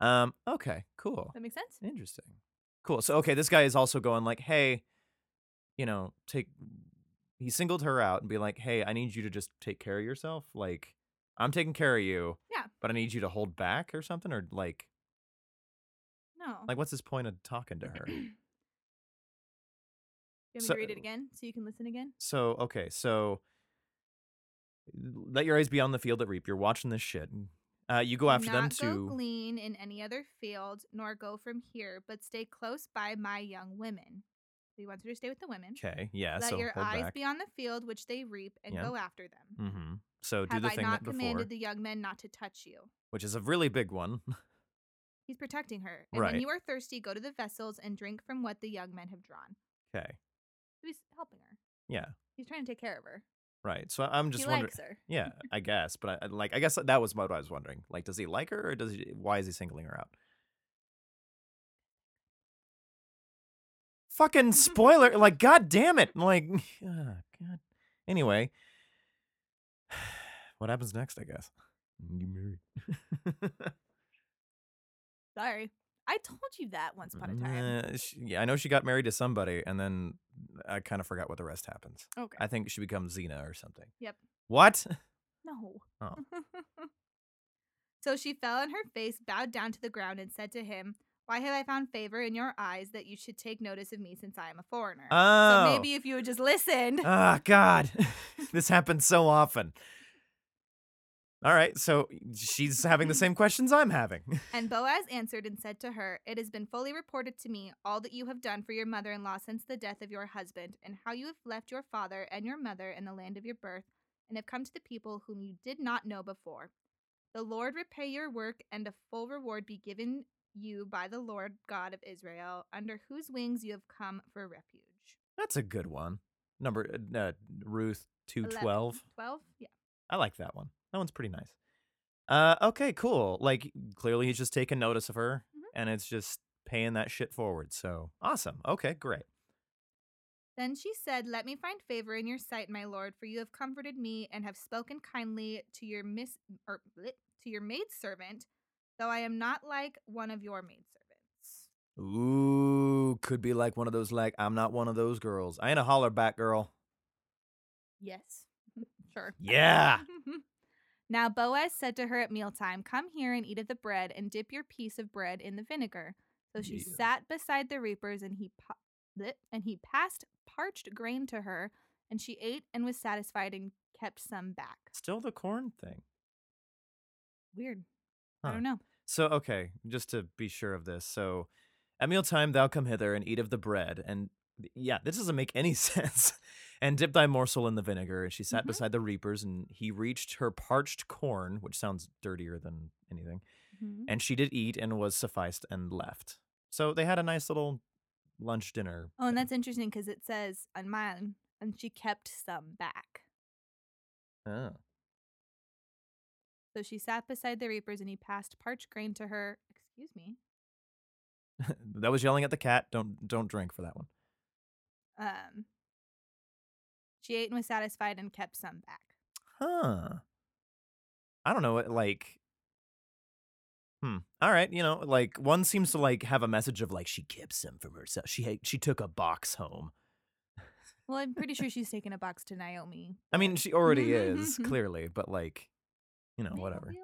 Speaker 2: Um. Okay. Cool.
Speaker 1: That makes sense?
Speaker 2: Interesting. Cool. So okay, this guy is also going like, hey, you know, take. He singled her out and be like, hey, I need you to just take care of yourself. Like, I'm taking care of you.
Speaker 1: Yeah.
Speaker 2: But I need you to hold back or something, or like,
Speaker 1: No. <clears throat>
Speaker 2: like <clears throat> what's his point of talking to her?
Speaker 1: you want me
Speaker 2: so-
Speaker 1: to read it again so you can listen again?
Speaker 2: So okay, so let your eyes be on the field at reap. You're watching this shit. Uh, you go after
Speaker 1: not
Speaker 2: them
Speaker 1: go
Speaker 2: too.
Speaker 1: glean in any other field, nor go from here, but stay close by my young women. So he wants her to stay with the women.
Speaker 2: Okay, yeah.
Speaker 1: Let
Speaker 2: so
Speaker 1: your
Speaker 2: hold
Speaker 1: eyes
Speaker 2: back.
Speaker 1: be on the field which they reap, and
Speaker 2: Yeah.
Speaker 1: go after them.
Speaker 2: mm-hmm. So do
Speaker 1: Have
Speaker 2: the
Speaker 1: I
Speaker 2: thing
Speaker 1: not
Speaker 2: that before,
Speaker 1: commanded the young men not to touch you?
Speaker 2: which is a really big one. <laughs>
Speaker 1: He's protecting her. And
Speaker 2: Right.
Speaker 1: when you are thirsty, go to the vessels and drink from what the young men have drawn.
Speaker 2: okay,
Speaker 1: So he's helping her.
Speaker 2: yeah,
Speaker 1: He's trying to take care of her.
Speaker 2: right. So I'm just
Speaker 1: he
Speaker 2: wondering.
Speaker 1: likes her.
Speaker 2: Yeah, I guess, but I, I- like, I guess that was what I was wondering. Like, does he like her, or does he? Why is he singling her out?
Speaker 1: <laughs>
Speaker 2: Fucking spoiler! like, god damn it! Like, <laughs> ah, god. Anyway, <sighs> what happens next? I guess. You married.
Speaker 1: <laughs> Sorry. I told you that
Speaker 2: <laughs>
Speaker 1: once upon a time.
Speaker 2: Uh, she- yeah, I know she got married to somebody, and then I kind of forgot what the rest happens.
Speaker 1: Okay.
Speaker 2: I think she becomes Xena or something.
Speaker 1: Yep.
Speaker 2: What?
Speaker 1: No.
Speaker 2: Oh.
Speaker 1: <laughs> so she fell on her face, bowed down to the ground, and said to him, Why have I found favor in your eyes that you should take notice of me since I am a foreigner?
Speaker 2: Oh.
Speaker 1: So maybe if you had just listened.
Speaker 2: Ah, God. <laughs> this happens so often. All right, so she's having the same questions I'm having. <laughs>
Speaker 1: And Boaz answered and said to her, It has been fully reported to me all that you have done for your mother in law since the death of your husband, and how you have left your father and your mother and the land of your birth, and have come to the people whom you did not know before. The Lord repay your work, and a full reward be given you by the Lord God of Israel, under whose wings you have come for refuge.
Speaker 2: That's a good one. Number uh, uh, Ruth
Speaker 1: 11.
Speaker 2: 212.
Speaker 1: 12? Yeah.
Speaker 2: I like that one. That one's pretty nice. Uh, okay, cool. Like clearly he's just taking notice of her,
Speaker 1: Mhm.
Speaker 2: and it's just paying that shit forward. So awesome. Okay, great.
Speaker 1: Then she said, Let me find favor in your sight, my lord, for you have comforted me and have spoken kindly to your miss or bleh, to your maidservant, though I am not like one of your maidservants.
Speaker 2: Ooh, could be like one of those like I'm not one of those girls. I ain't a holler back girl.
Speaker 1: Yes. <laughs> sure.
Speaker 2: Yeah.
Speaker 1: <laughs> now Boaz said to her at mealtime, Come here and eat of the bread, and dip your piece of bread in the vinegar. So she
Speaker 2: Yeah.
Speaker 1: sat beside the reapers, and he pa- bleh, and he passed parched grain to her, and she ate and was satisfied and kept some back.
Speaker 2: Still the corn thing.
Speaker 1: Weird.
Speaker 2: Huh.
Speaker 1: I don't know.
Speaker 2: So okay, just to be sure of this. So at mealtime thou come hither and eat of the bread and yeah, this doesn't make any <laughs> sense. and dip thy morsel in the vinegar. And she sat
Speaker 1: Mhm.
Speaker 2: beside the reapers, and he reached her parched corn, which sounds dirtier than anything.
Speaker 1: Mhm.
Speaker 2: And she did eat and was sufficed and left. So they had a nice little lunch dinner.
Speaker 1: Oh, and
Speaker 2: thing.
Speaker 1: that's interesting because it says on mine, and she kept some back.
Speaker 2: Oh.
Speaker 1: So she sat beside the reapers, and he passed parched grain to her. Excuse me.
Speaker 2: <laughs> that was yelling at the cat. Don't don't drink for that one.
Speaker 1: Um, she ate and was satisfied, and kept some back.
Speaker 2: Huh. I don't know. It like. Hmm. All right. You know, like one seems to like have a message of like she kept some from herself. She had, she took a box home.
Speaker 1: Well, I'm pretty sure she's taking a box to Naomi.
Speaker 2: I mean, she already is
Speaker 1: Mm-hmm.
Speaker 2: clearly, but like, you know,
Speaker 1: but-
Speaker 2: whatever.
Speaker 1: Naomi?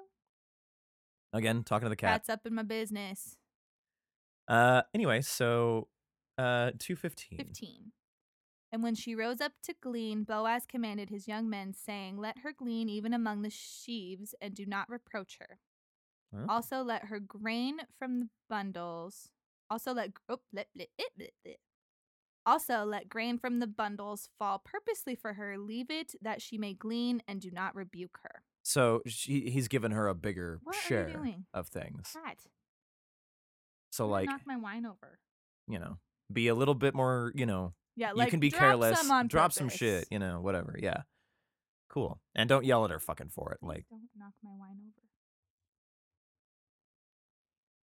Speaker 2: Again, talking to the cat.
Speaker 1: Cat's up in my business.
Speaker 2: Uh. Anyway, so, uh, two fifteen.
Speaker 1: 15. And when she rose up to glean, Boaz commanded his young men, saying, Let her glean even among the sheaves, and do not reproach her.
Speaker 2: Huh?
Speaker 1: Also, let her grain from the bundles. Also, let, oh, let, let, it, let, let. also let grain from the bundles fall purposely for her. Leave it that she may glean, and do not rebuke her.
Speaker 2: So she, he's given her a bigger
Speaker 1: What are you
Speaker 2: share
Speaker 1: doing?
Speaker 2: of things.
Speaker 1: Cat,
Speaker 2: So
Speaker 1: I'm gonna
Speaker 2: like,
Speaker 1: knock my wine over.
Speaker 2: you know, be a little bit more, you know,
Speaker 1: Yeah,
Speaker 2: you
Speaker 1: like,
Speaker 2: can be
Speaker 1: drop
Speaker 2: careless
Speaker 1: Some on
Speaker 2: drop some
Speaker 1: purpose.
Speaker 2: shit you know whatever yeah cool and don't yell at her fucking for it
Speaker 1: Please
Speaker 2: like
Speaker 1: don't knock my wine over.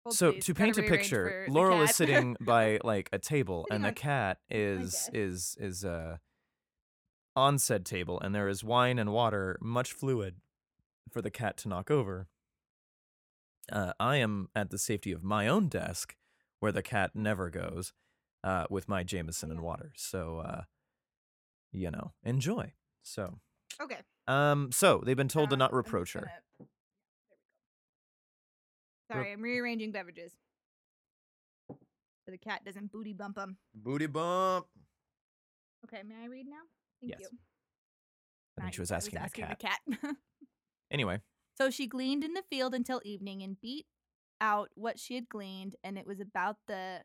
Speaker 2: so to paint a picture
Speaker 1: <laughs>
Speaker 2: laurel is sitting by like a table
Speaker 1: Sitting
Speaker 2: and the
Speaker 1: on
Speaker 2: cat is
Speaker 1: desk.
Speaker 2: is is uh on said table and there is wine and water much fluid for the cat to knock over uh, i am at the safety of my own desk where the cat never goes uh, with my jameson and
Speaker 1: Yeah.
Speaker 2: water so uh you know enjoy so
Speaker 1: okay,
Speaker 2: Um, so they've been told to
Speaker 1: Um,
Speaker 2: not
Speaker 1: I'm
Speaker 2: reproach
Speaker 1: just
Speaker 2: her.
Speaker 1: gonna- There we go. Sorry, I'm rearranging beverages. So the cat doesn't booty bump them.
Speaker 2: Booty bump.
Speaker 1: Okay, may I read now? Thank
Speaker 2: Yes.
Speaker 1: you.
Speaker 2: I think
Speaker 1: Not
Speaker 2: she
Speaker 1: you,
Speaker 2: was
Speaker 1: I
Speaker 2: asking, the, cat.
Speaker 1: the cat. <laughs>
Speaker 2: Anyway,
Speaker 1: So she gleaned in the field until evening and beat out what she had gleaned, and it was about the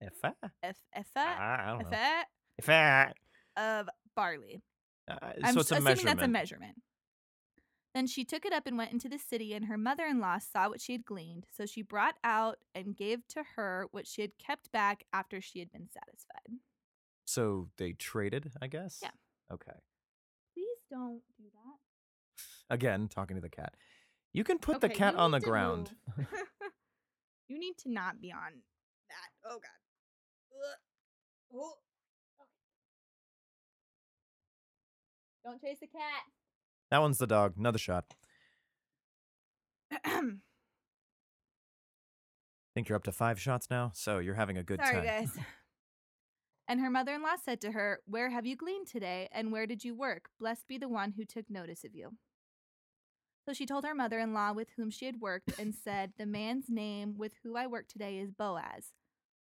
Speaker 2: if I,
Speaker 1: eff- effect
Speaker 2: I don't know.
Speaker 1: effect
Speaker 2: If I,
Speaker 1: of barley.
Speaker 2: uh,
Speaker 1: I'm
Speaker 2: so it's a
Speaker 1: assuming
Speaker 2: measurement.
Speaker 1: that's a measurement. Then she took it up and went into the city, and her mother in law saw what she had gleaned. So she brought out and gave to her what she had kept back after she had been satisfied.
Speaker 2: so they traded, I guess.
Speaker 1: Yeah.
Speaker 2: Okay.
Speaker 1: Please don't do that.
Speaker 2: Again, talking to the cat. You can put the
Speaker 1: Okay,
Speaker 2: cat
Speaker 1: you
Speaker 2: on
Speaker 1: need
Speaker 2: the
Speaker 1: to
Speaker 2: ground. <laughs>
Speaker 1: move. <laughs> you need to not be on that. Oh god. Ugh. Oh. Don't chase the cat.
Speaker 2: That one's the dog. Another shot. I
Speaker 1: <clears throat>
Speaker 2: think you're up to five shots now, so you're having a good
Speaker 1: Sorry,
Speaker 2: time.
Speaker 1: guys. <laughs> And her mother in law said to her, Where have you gleaned today, and where did you work? Blessed be the one who took notice of you. So she told her mother in law with whom she had worked,
Speaker 2: <laughs>
Speaker 1: and said, The man's name with who I work today is Boaz.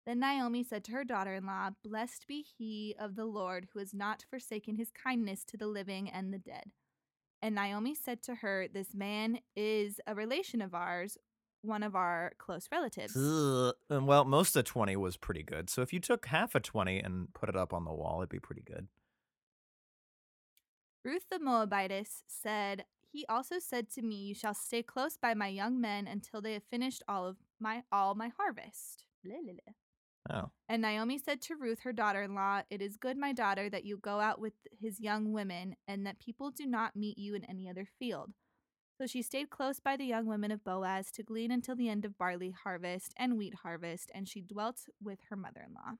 Speaker 1: Then Naomi said to her daughter in law, Blessed be he of the Lord who has not forsaken his kindness to the living and the dead. And Naomi said to her, This man is a relation of ours, one of our close relatives.
Speaker 2: Ugh. Um, Well, most of 20 was pretty good. So if you took half a 20 and put it up on the wall, it'd be pretty good.
Speaker 1: Ruth the Moabitess said, He also said to me, You shall stay close by my young men until they have finished all of my all my harvest. La, la, la.
Speaker 2: Oh.
Speaker 1: And Naomi said to Ruth, her daughter in law, It is good, my daughter, that you go out with his young women, and that people do not meet you in any other field. So she stayed close by the young women of Boaz to glean until the end of barley harvest and wheat harvest, and she dwelt with her mother in law.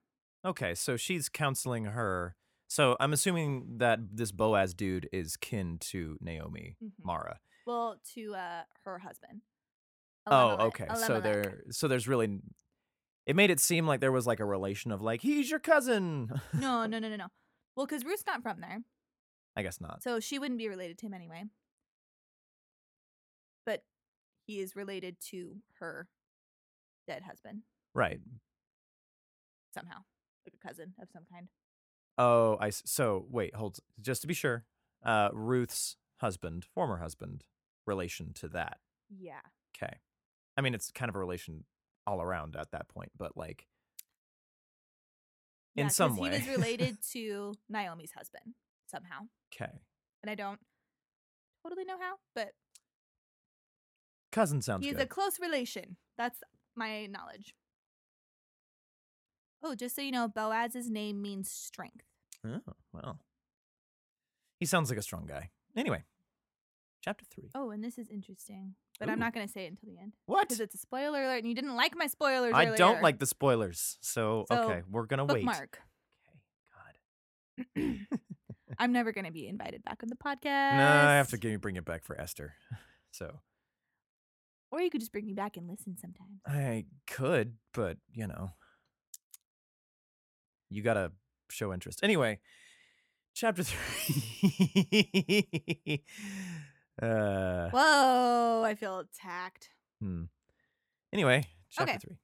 Speaker 2: Okay, so she's counseling her. So I'm assuming that this Boaz dude is kin to Naomi
Speaker 1: Mm-hmm.
Speaker 2: Mara.
Speaker 1: Well, to uh, her husband.
Speaker 2: oh, okay. So there so there's really it made it seem like there was like a relation of like he's your cousin. <laughs>
Speaker 1: No, no, no, no, no. Well, because Ruth's not from there,
Speaker 2: I guess not.
Speaker 1: so she wouldn't be related to him anyway. But he is related to her dead husband
Speaker 2: Right.
Speaker 1: somehow, like a cousin of some kind.
Speaker 2: Oh, I s- so wait, hold s- just to be sure. Uh Ruth's husband, former husband, relation to that.
Speaker 1: Yeah.
Speaker 2: Okay. I mean, it's kind of a relation all around at that point, but like in some
Speaker 1: he
Speaker 2: way.
Speaker 1: was related
Speaker 2: <laughs>
Speaker 1: to Naomi's husband somehow,
Speaker 2: okay.
Speaker 1: and I don't totally know how, but
Speaker 2: Cousin sounds
Speaker 1: he's
Speaker 2: good.
Speaker 1: a close relation. That's my knowledge. Oh, just so you know, Boaz's name means strength.
Speaker 2: oh, well. He sounds like a strong guy. Anyway, chapter three.
Speaker 1: Oh, and this is interesting, but I'm
Speaker 2: Ooh.
Speaker 1: not going to say it until the end.
Speaker 2: what?
Speaker 1: Because it's a spoiler alert, and you didn't like my spoilers.
Speaker 2: I don't
Speaker 1: earlier.
Speaker 2: like the spoilers. So,
Speaker 1: So,
Speaker 2: okay, we're going to wait.
Speaker 1: bookmark.
Speaker 2: Okay, God.
Speaker 1: <clears throat> I'm never going to be invited back on the podcast.
Speaker 2: No, I have to g- bring it back for Esther. <laughs> So,
Speaker 1: Or you could just bring me back and listen sometime.
Speaker 2: I could, but, you know, you got to show interest. Anyway, chapter three. <laughs> uh,
Speaker 1: Whoa, I feel attacked.
Speaker 2: hmm. Anyway, chapter
Speaker 1: Okay.
Speaker 2: three.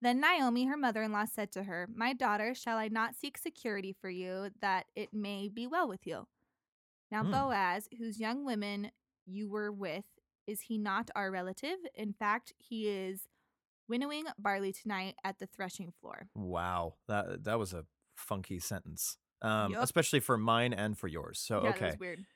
Speaker 1: Then Naomi, her mother in law, said to her, My daughter, shall I not seek security for you that it may be well with you? Now,
Speaker 2: Hmm.
Speaker 1: Boaz, whose young women you were with, is he not our relative? In fact, he is winnowing barley tonight at the threshing floor.
Speaker 2: Wow, that that was a funky sentence. Um,
Speaker 1: Yup.
Speaker 2: especially for mine and for yours. So
Speaker 1: yeah, that
Speaker 2: Oh, okay.
Speaker 1: was weird.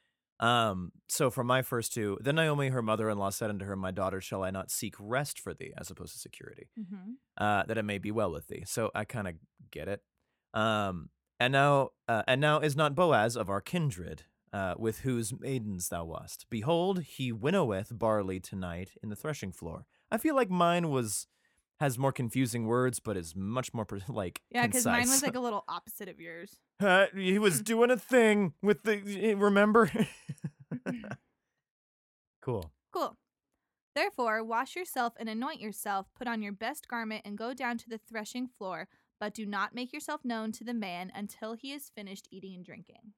Speaker 2: Um, so for my first two, then Naomi, her mother-in-law, said unto her, "My daughter, shall I not seek rest for thee, as opposed to security,
Speaker 1: Mm-hmm.
Speaker 2: uh, that it may be well with thee?" So I kind of get it. Um, and now, uh, and now is not Boaz of our kindred, uh, with whose maidens thou wast? Behold, he winnoweth barley tonight in the threshing floor. I feel like mine was has more confusing words, but is much more pre- <laughs> like
Speaker 1: Yeah, because mine
Speaker 2: concise.
Speaker 1: was like a little opposite of yours.
Speaker 2: <laughs> Uh, he was
Speaker 1: <laughs> Hmm.
Speaker 2: doing a thing with the. eh,
Speaker 1: <laughs>
Speaker 2: Remember? <laughs> cool.
Speaker 1: Cool. Therefore, wash yourself and anoint yourself, put on your best garment, and go down to the threshing floor, but do not make yourself known to the man until he is finished eating and drinking.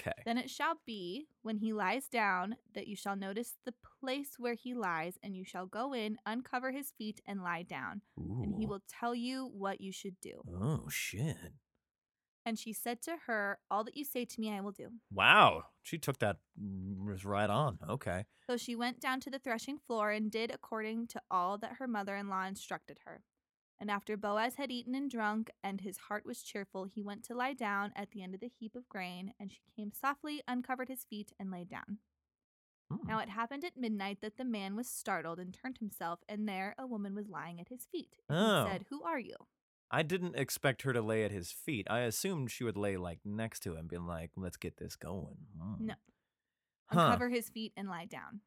Speaker 2: Okay.
Speaker 1: Then it shall be, when he lies down, that you shall notice the place where he lies, and you shall go in, uncover his feet, and lie down. And he
Speaker 2: Ooh.
Speaker 1: will tell you what you should do.
Speaker 2: Oh shit!
Speaker 1: And she said to her, All that you say to me, I will do.
Speaker 2: Wow, she took that r- right on. Okay.
Speaker 1: So she went down to the threshing floor and did according to all that her mother in law instructed her. And after Boaz had eaten and drunk, and his heart was cheerful, he went to lie down at the end of the heap of grain, and she came softly, uncovered his feet, and lay down.
Speaker 2: Hmm.
Speaker 1: Now it happened at midnight that the man was startled and turned himself, and there a woman was lying at his feet. And
Speaker 2: Oh.
Speaker 1: He said, Who are you?
Speaker 2: I didn't expect her to lay at his feet. I assumed she would lay like next to him, being like, "Let's get this going." Hmm.
Speaker 1: No.
Speaker 2: Huh.
Speaker 1: Uncover his feet and lie down.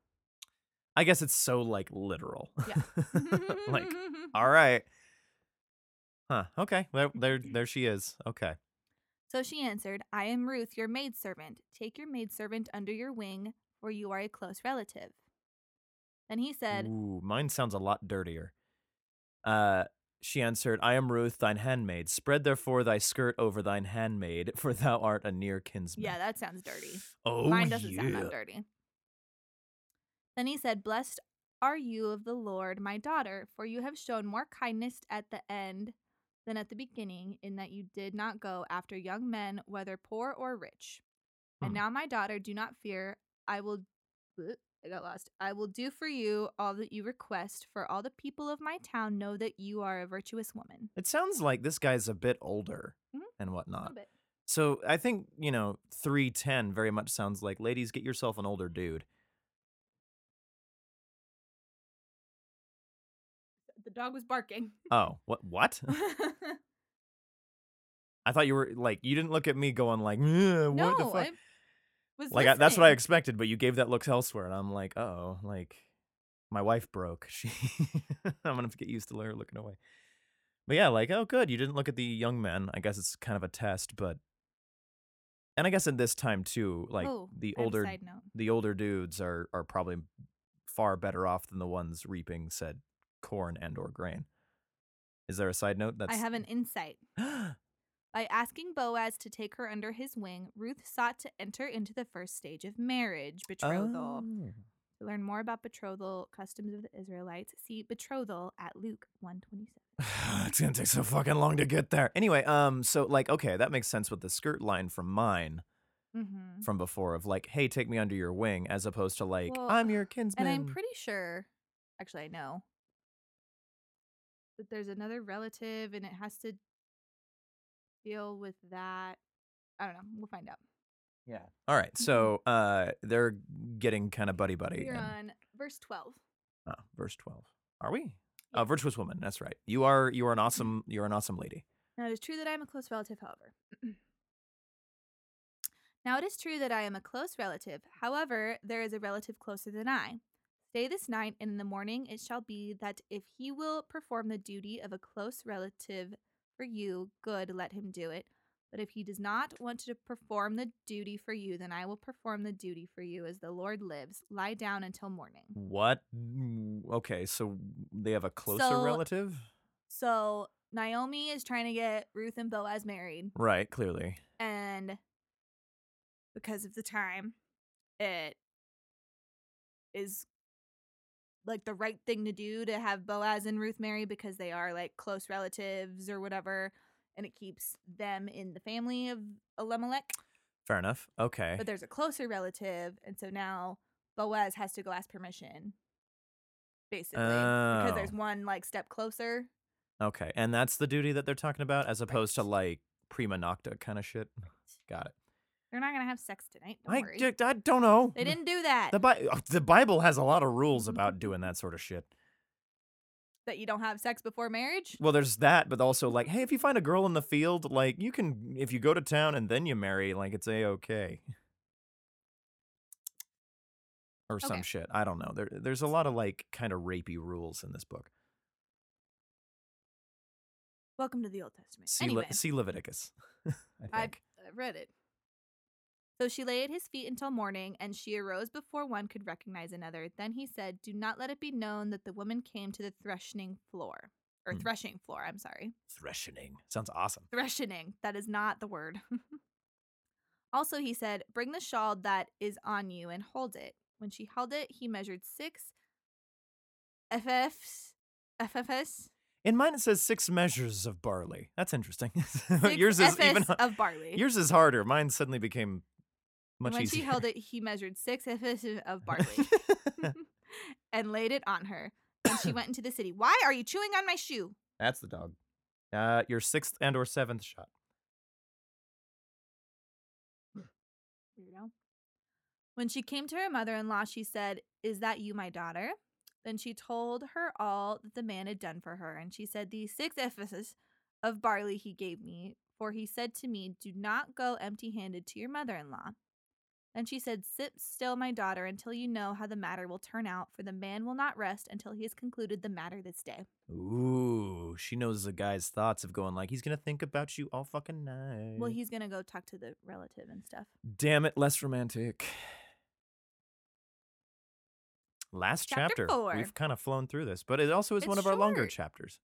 Speaker 2: I guess it's so like literal.
Speaker 1: Yeah.
Speaker 2: <laughs>
Speaker 1: <laughs>
Speaker 2: like, all right. Huh. Okay. There, there, there she is. Okay.
Speaker 1: So she answered, I am Ruth, your maidservant. Take your maidservant under your wing, for you are a close relative. Then he said,
Speaker 2: Ooh, mine sounds a lot dirtier. Uh, she answered, I am Ruth, thine handmaid. Spread therefore thy skirt over thine handmaid, <laughs> for thou art a near kinsman.
Speaker 1: Yeah, that sounds dirty.
Speaker 2: oh,
Speaker 1: Mine doesn't
Speaker 2: yeah.
Speaker 1: sound that dirty. Then he said, Blessed are you of the Lord, my daughter, for you have shown more kindness at the end than at the beginning, in that you did not go after young men, whether poor or rich. And
Speaker 2: Hmm.
Speaker 1: now, my daughter, do not fear. I will. Oop, I got lost. I will do for you all that you request, for all the people of my town know that you are a virtuous woman.
Speaker 2: It sounds like this guy's a bit older
Speaker 1: Mhm.
Speaker 2: and
Speaker 1: A
Speaker 2: whatnot.
Speaker 1: little bit.
Speaker 2: So I think, you know, 310 very much sounds like, ladies, get yourself an
Speaker 1: <laughs>
Speaker 2: older dude.
Speaker 1: The dog was barking.
Speaker 2: Oh, what? <laughs> What? <laughs> I thought you were like, you didn't look at me going like, "Ugh,
Speaker 1: <laughs>
Speaker 2: what
Speaker 1: no,
Speaker 2: the fuck?
Speaker 1: I was
Speaker 2: like I, that's what I
Speaker 1: listening.
Speaker 2: expected, but you gave that look elsewhere, and I'm like, oh, like my wife broke. <laughs> She, I'm gonna have to get used to her looking away. But yeah, like oh, good, you didn't look at the young men. I guess it's kind of a test, but and I guess at this time too, like
Speaker 1: Oh,
Speaker 2: the
Speaker 1: I have a
Speaker 2: older
Speaker 1: side note.
Speaker 2: the older dudes are are probably far better off than the ones reaping said corn and or grain. Is there a side note? That's
Speaker 1: I
Speaker 2: <gasps>
Speaker 1: have an insight. By asking Boaz to take her under his wing, Ruth sought to enter into the first stage of marriage, betrothal.
Speaker 2: Oh.
Speaker 1: To learn more about betrothal customs of the Israelites, see betrothal at Luke 127.
Speaker 2: <sighs> it's gonna take so fucking long to get there. Anyway, um, so like, okay, that makes sense with the skirt line from mine
Speaker 1: Mm-hmm.
Speaker 2: from before of like, hey, take me under your wing, as opposed to like,
Speaker 1: Well,
Speaker 2: I'm your
Speaker 1: And
Speaker 2: kinsman.
Speaker 1: I'm pretty sure, actually, I know that there's another relative and it has to deal with that. I don't know. We'll find out.
Speaker 2: yeah. All
Speaker 1: Mm-hmm.
Speaker 2: right, so uh, they're getting kind of buddy buddy.
Speaker 1: We're
Speaker 2: and-
Speaker 1: on verse 12.
Speaker 2: oh, verse twelve. Are we? A virtuous woman. That's right. You are. You are an awesome. You're an awesome lady.
Speaker 1: Now it is true that I am a close relative, however. now it is true that I am a close relative. However, there is a relative closer than I. Stay this night, and in the morning it shall be that if he will perform the duty of a close relative for you, good, let him do it. But if he does not want to perform the duty for you, then I will perform the duty for you as the Lord lives. Lie down until morning.
Speaker 2: What? Mm, Okay, so they have a closer
Speaker 1: So-
Speaker 2: relative,
Speaker 1: So Naomi is trying to get Ruth and Boaz married.
Speaker 2: right? Clearly.
Speaker 1: and because of the time it is like the right thing to do to have Boaz and Ruth marry because they are like close relatives or whatever and it keeps them in the family of Elimelech
Speaker 2: Fair enough. Okay.
Speaker 1: but there's a closer relative and so now Boaz has to go ask permission basically because
Speaker 2: Oh.
Speaker 1: there's one like step closer
Speaker 2: Okay, and that's the duty that they're talking about, as opposed to like prima nocta kind of shit. Got it.
Speaker 1: they're not going to have sex tonight don't
Speaker 2: I,
Speaker 1: worry
Speaker 2: d- I don't know.
Speaker 1: they didn't Mm-hmm. do that
Speaker 2: The, Bi- oh, the Bible has a lot of rules about doing that sort of shit.
Speaker 1: that you don't have sex before marriage
Speaker 2: Well, there's that, but also like, hey, if you find a girl in the field, like you can, if you go to town and then you marry, like it's a okay. Or some
Speaker 1: Okay.
Speaker 2: shit. I don't know. There, there's a lot of like kind of rapey rules in this book.
Speaker 1: Welcome to the Old Testament.
Speaker 2: See, Le-
Speaker 1: anyway,
Speaker 2: see Leviticus. <laughs> I
Speaker 1: I've
Speaker 2: think.
Speaker 1: uh, read it. So she lay at his feet until morning, and she arose before one could recognize another. Then he said, Do not let it be known that the woman came to the threshing floor. or
Speaker 2: Hmm.
Speaker 1: threshing floor, I'm sorry.
Speaker 2: Threshing. Sounds awesome.
Speaker 1: Threshing. That is not the word. <laughs> also, he said, Bring the shawl that is on you and hold it. When she held it, he measured six FFs. FFS?
Speaker 2: In mine, it says six measures of barley. That's interesting. <laughs>
Speaker 1: Six
Speaker 2: <laughs> yours is
Speaker 1: FFs
Speaker 2: even.
Speaker 1: of barley.
Speaker 2: yours is harder. Mine suddenly became much
Speaker 1: when
Speaker 2: easier. <laughs>
Speaker 1: she held it, he measured six FFs of barley Hmm. and laid it on her. Then she went into the city. Why are you chewing on my shoe?
Speaker 2: That's the dog. Uh, your sixth and or seventh shot.
Speaker 1: Weirdo. When she came to her mother in law, she said, Is that you, my daughter? Then she told her all that the man had done for her. And she said, The six ephes of barley he gave me, for he said to me, Do not go empty handed to your mother in law. Then she said, Sit still, my daughter, until you know how the matter will turn out, for the man will not rest until he has concluded the matter this day.
Speaker 2: Ooh, she knows a guy's thoughts of going like he's gonna think about you all fucking night.
Speaker 1: Well, he's going to go talk to the relative and stuff.
Speaker 2: Damn it, less romantic. Last
Speaker 1: Chapter
Speaker 2: chapter.
Speaker 1: four.
Speaker 2: We've kind of flown through this, but it also is one of
Speaker 1: It's
Speaker 2: our longer
Speaker 1: short.
Speaker 2: chapters.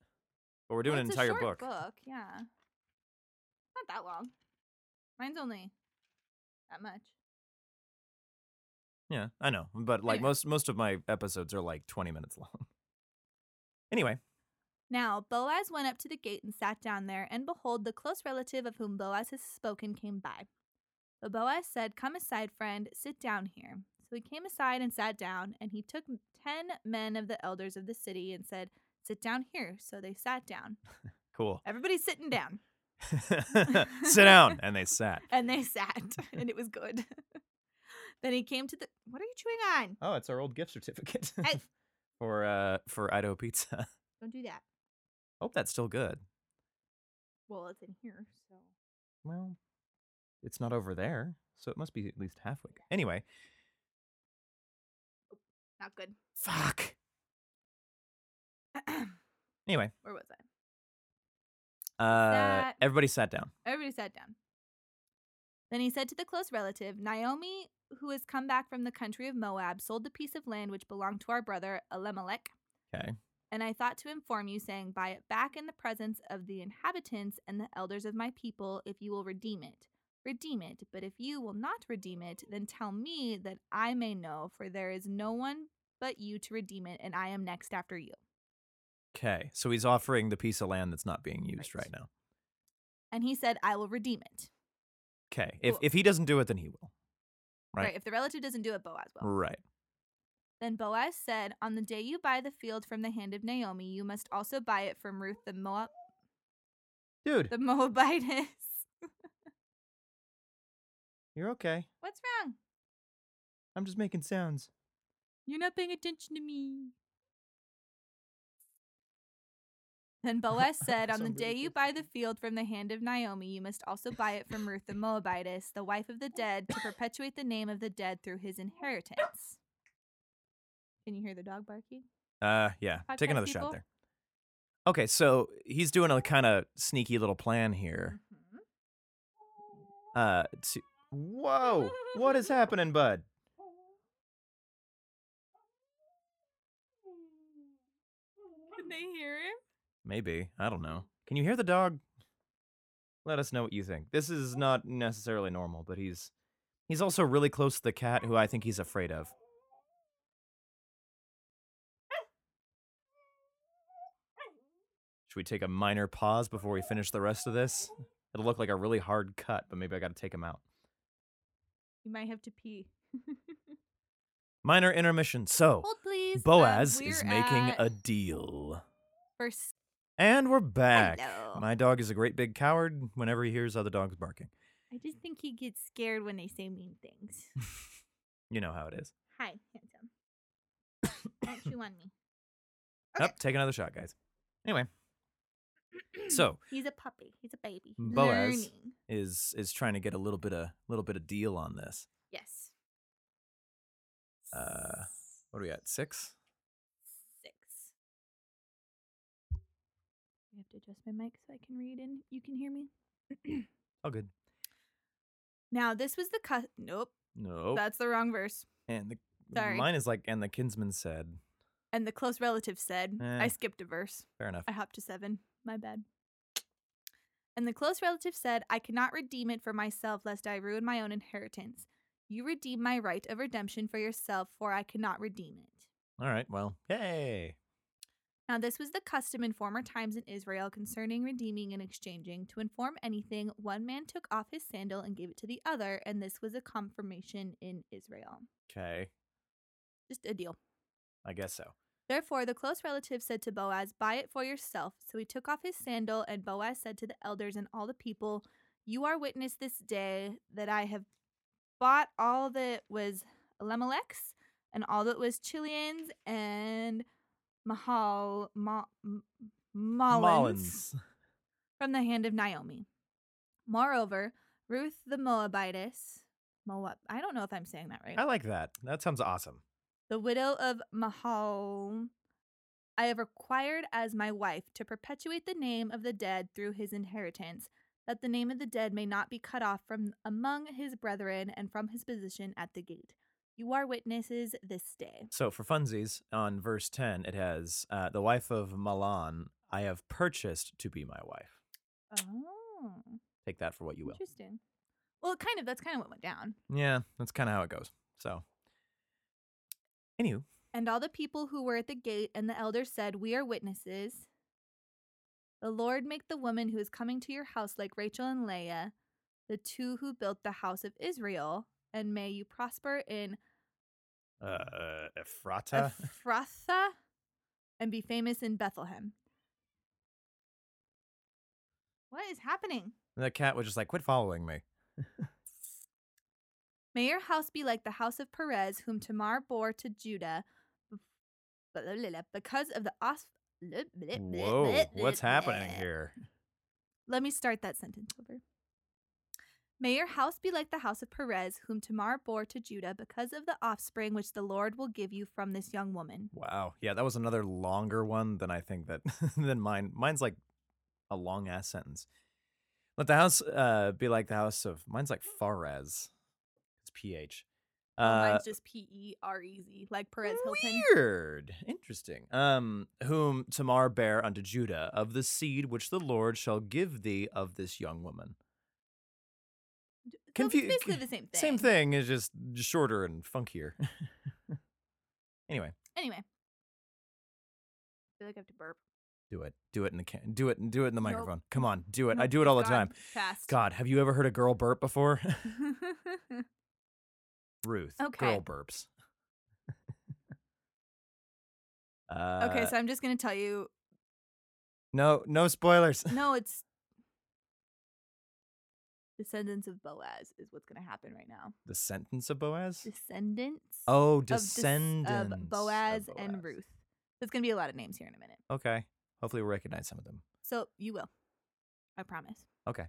Speaker 2: But we're doing
Speaker 1: Well,
Speaker 2: an
Speaker 1: it's
Speaker 2: entire
Speaker 1: a short
Speaker 2: book.
Speaker 1: book. Yeah, not that long. Mine's only that much.
Speaker 2: Yeah, I know, but like
Speaker 1: Anyway.
Speaker 2: most most of my episodes are like 20 minutes <laughs> long. Anyway,
Speaker 1: Now Boaz went up to the gate and sat down there, and behold, the close relative of whom Boaz has spoken came by. But Boaz said, "Come aside, friend. Sit down here." So he came aside and sat down, and he took ten men of the elders of the city and said, "Sit down here." So they sat down. <laughs>
Speaker 2: cool. <laughs>
Speaker 1: Everybody's sitting down,
Speaker 2: Sit down, and they sat.
Speaker 1: and they sat, <laughs> and it was good. then he came to the. What are you chewing
Speaker 2: <laughs>
Speaker 1: on?
Speaker 2: Oh, it's our old gift certificate
Speaker 1: Hey.
Speaker 2: <laughs> for uh for Idaho Pizza. <laughs>
Speaker 1: Don't do that.
Speaker 2: Hope that's still good.
Speaker 1: Well, it's in here, so.
Speaker 2: Well, it's not over there, so it must be at least halfway. good. Anyway,
Speaker 1: Not good. <clears throat>
Speaker 2: fuck. Anyway,
Speaker 1: Where was I?
Speaker 2: uh,
Speaker 1: Sat.
Speaker 2: everybody sat down.
Speaker 1: Everybody sat down. Then he said to the close relative, Naomi, who has come back from the country of Moab, sold the piece of land which belonged to our brother Elimelech.
Speaker 2: Okay.
Speaker 1: And I thought to inform you, saying, Buy it back in the presence of the inhabitants and the elders of my people, if you will redeem it. Redeem it. But if you will not redeem it, then tell me that I may know, for there is no one but you to redeem it, and I am next after you.
Speaker 2: Okay. So he's offering the piece of land that's not being used
Speaker 1: Right.
Speaker 2: right now.
Speaker 1: And he said, I will redeem it.
Speaker 2: Okay. If
Speaker 1: Cool.
Speaker 2: if he doesn't do it, then he will.
Speaker 1: Right.
Speaker 2: Right.
Speaker 1: If the relative doesn't do it, Boaz will.
Speaker 2: Right.
Speaker 1: Then Boaz said, On the day you buy the field from the hand of Naomi, you must also buy it from Ruth the, Moab-
Speaker 2: Dude,
Speaker 1: the <laughs> Moabitess. <laughs>
Speaker 2: you're okay.
Speaker 1: What's wrong?
Speaker 2: I'm just making sounds.
Speaker 1: You're not paying attention to me. Then Boaz said, On the
Speaker 2: Sound
Speaker 1: day
Speaker 2: really
Speaker 1: you
Speaker 2: good.
Speaker 1: buy the field from the hand of Naomi, you must also buy it from Ruth the Moabitess, the wife of the dead, to perpetuate the name of the dead through his inheritance. Can you hear the dog barking?
Speaker 2: Uh, yeah. Take
Speaker 1: Podcast
Speaker 2: another
Speaker 1: people?
Speaker 2: shot there. Okay, so he's doing a kind of sneaky little plan here.
Speaker 1: Mhm. Mm-hmm.
Speaker 2: Uh,
Speaker 1: <laughs>
Speaker 2: to whoa, what is happening, bud?
Speaker 1: Can they hear him?
Speaker 2: Maybe I don't know. Can you hear the dog? Let us know what you think. This is not necessarily normal, but he's he's also really close to the cat, who I think he's afraid of. Should we take a minor pause before we finish the rest of this? It'll look like a really hard cut, but maybe I got to take him out.
Speaker 1: You might have to pee.
Speaker 2: Minor intermission. So,
Speaker 1: Hold, please. Um,
Speaker 2: Boaz is
Speaker 1: we're
Speaker 2: making
Speaker 1: at
Speaker 2: a deal.
Speaker 1: first.
Speaker 2: And
Speaker 1: Oh,
Speaker 2: we're back.
Speaker 1: Hello.
Speaker 2: My dog is a great big coward whenever he hears other dogs
Speaker 1: <laughs>
Speaker 2: barking.
Speaker 1: I just think he gets scared when they say mean things.
Speaker 2: You know how it is.
Speaker 1: Hi, handsome. Don't chew on me.
Speaker 2: Up, take another shot, guys. Anyway, <coughs> so
Speaker 1: <clears throat> He's a puppy. He's a baby. He's
Speaker 2: Boaz.
Speaker 1: learning.
Speaker 2: is is trying to get a little bit of little bit of deal on this.
Speaker 1: Yes.
Speaker 2: Uh, What do we got? Six.
Speaker 1: Six. I have to adjust my mic so I can read and you can hear me.
Speaker 2: Oh, good.
Speaker 1: Now, this was the cu- nope.
Speaker 2: No.
Speaker 1: That's the wrong verse.
Speaker 2: and the
Speaker 1: sorry.
Speaker 2: mine is like, and the kinsman said,
Speaker 1: And the close relative said, I
Speaker 2: Eh.
Speaker 1: skipped a verse.
Speaker 2: Fair enough.
Speaker 1: I hopped to seven. My bad. And the close relative said, I cannot redeem it for myself, lest I ruin my own inheritance. You redeem my right of redemption for yourself, for I cannot redeem it.
Speaker 2: All right. Well, yay.
Speaker 1: Now, this was the custom in former times in Israel concerning redeeming and exchanging. To inform anything, one man took off his sandal and gave it to the other, and this was a confirmation in Israel.
Speaker 2: Okay.
Speaker 1: Just a deal.
Speaker 2: I guess so.
Speaker 1: Therefore, the close relative said to Boaz, Buy it for yourself. So he took off his sandal, and Boaz said to the elders and all the people, You are witness this day that I have bought all that was Elimelech's, and all that was Chilion's, and Mahal, Ma, M- Mahlon's from the hand of Naomi. Moreover, Ruth the Moabitess, Moab, I don't know if I'm saying that right
Speaker 2: I like that. That sounds awesome.
Speaker 1: the widow of Mahal, I have required as my wife to perpetuate the name of the dead through his inheritance, that the name of the dead may not be cut off from among his brethren and from his position at the gate. You are witnesses this day.
Speaker 2: So for funsies, on verse 10, it has uh, the wife of Malan, I have purchased to be my wife.
Speaker 1: Oh,
Speaker 2: Take that for what you will.
Speaker 1: interesting. Well, kind of. That's kind of what went down.
Speaker 2: Yeah, that's kind of how it goes. So, anywho,
Speaker 1: And all the people who were at the gate and the elders said, We are witnesses. The Lord make the woman who is coming to your house like Rachel and Leah, the two who built the house of Israel, and may you prosper in
Speaker 2: uh, uh, Ephrata.
Speaker 1: Ephrathah and be famous in Bethlehem. What is happening?
Speaker 2: the cat was just like, quit following me.
Speaker 1: May your house be like the house of Perez, whom Tamar bore to Judah, b- blah, blah, blah, blah, because of the os. blah, blah, blah,
Speaker 2: Whoa,
Speaker 1: blah,
Speaker 2: what's
Speaker 1: blah,
Speaker 2: happening
Speaker 1: blah.
Speaker 2: here?
Speaker 1: Let me start that sentence over. May your house be like the house of Perez, whom Tamar bore to Judah, because of the offspring which the Lord will give you from this young woman.
Speaker 2: Wow. Yeah, that was another longer one than I think that <laughs> than mine. Mine's like a long ass sentence. Let the house uh, be like the house of mine's like Faraz. It's PH.
Speaker 1: Oh
Speaker 2: Uh,
Speaker 1: mine's just P E R E Z, like Perez Hilton.
Speaker 2: Weird. Interesting. Um, whom Tamar bare unto Judah of the seed which the Lord shall give thee of this young woman.
Speaker 1: So it's
Speaker 2: Confu-
Speaker 1: basically the same thing.
Speaker 2: Same thing is just shorter and funkier. <laughs> anyway,
Speaker 1: Anyway, I feel like I have to burp.
Speaker 2: do it. Do it in the can. Do it. Do it in the
Speaker 1: Nope.
Speaker 2: microphone. Come on, do it. I
Speaker 1: Nope,
Speaker 2: do it all the
Speaker 1: Oh God,
Speaker 2: time.
Speaker 1: Fast. <laughs>
Speaker 2: God, have you ever heard a girl burp before? <laughs> Ruth.
Speaker 1: Okay. <laughs>
Speaker 2: Girl burps.
Speaker 1: okay,
Speaker 2: Uh,
Speaker 1: so I'm just gonna tell you.
Speaker 2: no, no spoilers.
Speaker 1: No,
Speaker 2: <laughs>
Speaker 1: it's descendants of Boaz is what's gonna happen right now.
Speaker 2: The sentence of Boaz.
Speaker 1: Descendants.
Speaker 2: Oh,
Speaker 1: of dis-
Speaker 2: descendants
Speaker 1: of, Boaz
Speaker 2: Boaz.
Speaker 1: and Ruth. There's gonna be a lot of names here in a minute,
Speaker 2: Okay. Hopefully, we'll recognize some of them.
Speaker 1: so you will. I promise.
Speaker 2: Okay.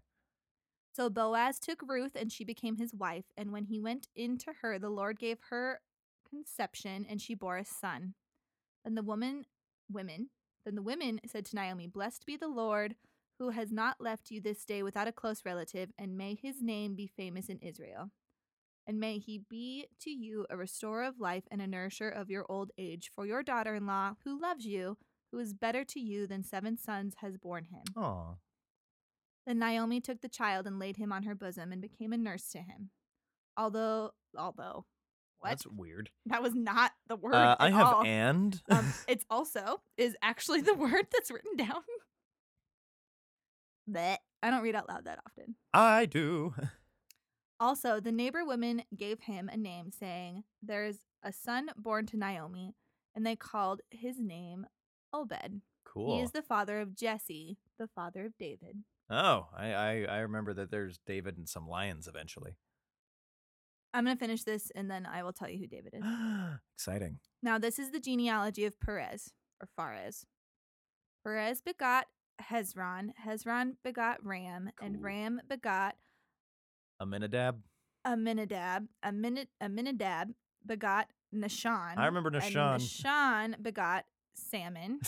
Speaker 1: So Boaz took Ruth, and she became his wife. And when he went in to her, the Lord gave her conception, and she bore a son. Then the woman, women, then the women said to Naomi, "Blessed be the Lord." Who has not left you this day without a close relative, and may his name be famous in Israel. And may he be to you a restorer of life and a nourisher of your old age, for your daughter in law, who loves you, who is better to you than seven sons, has borne him.
Speaker 2: Oh,
Speaker 1: Then Naomi took the child and laid him on her bosom and became a nurse to him. Although, although, what?
Speaker 2: that's weird.
Speaker 1: that was not the word.
Speaker 2: Uh, I
Speaker 1: at
Speaker 2: have
Speaker 1: all.
Speaker 2: and. <laughs>
Speaker 1: um, it's also is actually the <laughs> word that's written down. But I don't read out loud that often.
Speaker 2: I do. <laughs>
Speaker 1: Also, the neighbor women gave him a name, saying, There is a son born to Naomi, and they called his name Obed.
Speaker 2: Cool.
Speaker 1: He is the father of Jesse, the father of David.
Speaker 2: oh, I, I I remember that there's David and some lions eventually.
Speaker 1: I'm going to finish this and then I will tell you who David is.
Speaker 2: <gasps> Exciting.
Speaker 1: Now, this is the genealogy of Perez or Fares. Perez begot Hezron, Hezron begot Ram,
Speaker 2: Cool.
Speaker 1: and Ram begot
Speaker 2: Aminadab.
Speaker 1: Aminadab. Amina- Aminadab begot Nashon.
Speaker 2: I remember
Speaker 1: and
Speaker 2: Nashon.
Speaker 1: Nashon begot Salmon.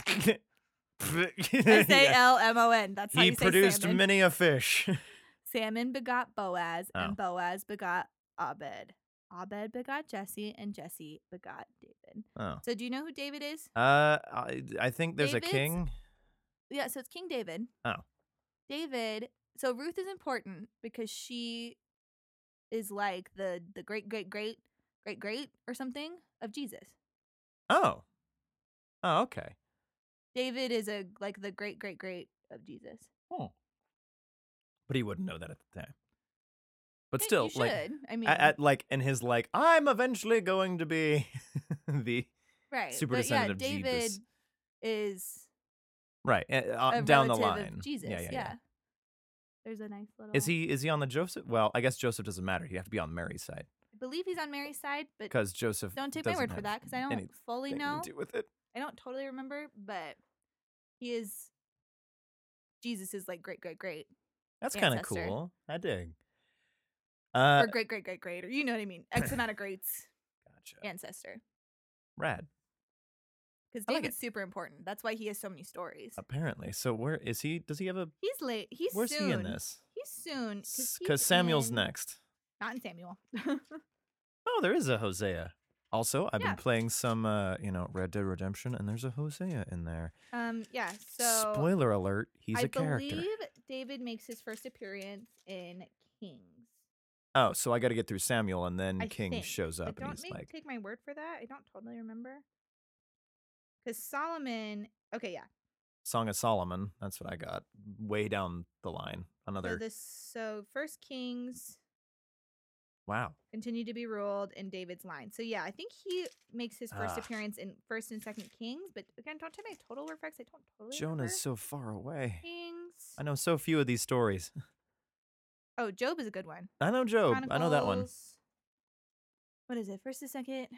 Speaker 1: S A
Speaker 2: <laughs> Yeah.
Speaker 1: L M O N. That's uh, how
Speaker 2: He
Speaker 1: you say
Speaker 2: produced
Speaker 1: salmon.
Speaker 2: many a fish. <laughs>
Speaker 1: salmon begot Boaz,
Speaker 2: Oh.
Speaker 1: and Boaz begot Abed. Abed begot Jesse, and Jesse begot David.
Speaker 2: Oh.
Speaker 1: So do you know who David is?
Speaker 2: Uh, I, I think there's
Speaker 1: David's-
Speaker 2: a king.
Speaker 1: Yeah, so it's King David.
Speaker 2: Oh.
Speaker 1: David. So Ruth is important because she is like the the great great great great great or something of Jesus.
Speaker 2: Oh. Oh, okay.
Speaker 1: David is a like the great great great of Jesus.
Speaker 2: Hmm. But he wouldn't know that at the time. But
Speaker 1: Hey,
Speaker 2: still,
Speaker 1: you
Speaker 2: like,
Speaker 1: should. I mean,
Speaker 2: at, at like in his like, I'm eventually going to be <laughs> the
Speaker 1: right?
Speaker 2: super
Speaker 1: but yeah,
Speaker 2: descendant of
Speaker 1: David
Speaker 2: Jesus.
Speaker 1: is
Speaker 2: right uh, uh,
Speaker 1: a
Speaker 2: down the
Speaker 1: relative
Speaker 2: line.
Speaker 1: of Jesus. Yeah, Oh. There's a nice little.
Speaker 2: Is he is he on the Joseph? Well, I guess Joseph doesn't matter. He'd have to be on Mary's side
Speaker 1: I believe he's on Mary's side, but
Speaker 2: because Joseph.
Speaker 1: don't take my
Speaker 2: doesn't
Speaker 1: word for
Speaker 2: have
Speaker 1: that because I don't
Speaker 2: anything
Speaker 1: fully
Speaker 2: anything
Speaker 1: know.
Speaker 2: To do with it.
Speaker 1: I don't totally remember, but he is Jesus is like great, great, great,
Speaker 2: That's kind of
Speaker 1: ancestor.
Speaker 2: cool. I dig. Uh,
Speaker 1: or great, great, great, great, or you know what I
Speaker 2: <laughs>
Speaker 1: mean. X amount of greats
Speaker 2: gotcha.
Speaker 1: ancestor,
Speaker 2: Rad.
Speaker 1: because
Speaker 2: I like it.
Speaker 1: David's super important. That's why he has so many stories.
Speaker 2: Apparently. So where is he? Does he have a?
Speaker 1: He's late. He's
Speaker 2: Where's
Speaker 1: soon.
Speaker 2: he in this?
Speaker 1: He's soon
Speaker 2: Because Samuel's
Speaker 1: next.
Speaker 2: next.
Speaker 1: Not in Samuel. <laughs>
Speaker 2: Oh, there is a Hosea. Also, I've
Speaker 1: Yeah.
Speaker 2: been playing some, uh, you know, Red Dead Redemption, and there's a Hosea in there.
Speaker 1: um, yeah. So
Speaker 2: Spoiler alert: he's
Speaker 1: I
Speaker 2: a character.
Speaker 1: believe David makes his first appearance in Kings.
Speaker 2: Oh, so I got to get through Samuel, and then
Speaker 1: I
Speaker 2: King
Speaker 1: think,
Speaker 2: shows
Speaker 1: but
Speaker 2: up, and
Speaker 1: don't
Speaker 2: he's
Speaker 1: make,
Speaker 2: like,
Speaker 1: take my word for that. I don't totally remember. Because Solomon. Okay, yeah.
Speaker 2: "Song of Solomon." That's what I got. Way down the line, another
Speaker 1: So this. So First Kings
Speaker 2: wow.
Speaker 1: continued to be ruled in David's line. So yeah, I think he makes his first
Speaker 2: Ah.
Speaker 1: appearance in First and Second Kings. But again, don't take my total word for it, 'cause I don't totally. remember.
Speaker 2: Jonah's so far away.
Speaker 1: Kings.
Speaker 2: I know so few of these stories. <laughs>
Speaker 1: Oh, Job is a good one.
Speaker 2: I know Job. I know that one.
Speaker 1: Chronicles- What is it? First and second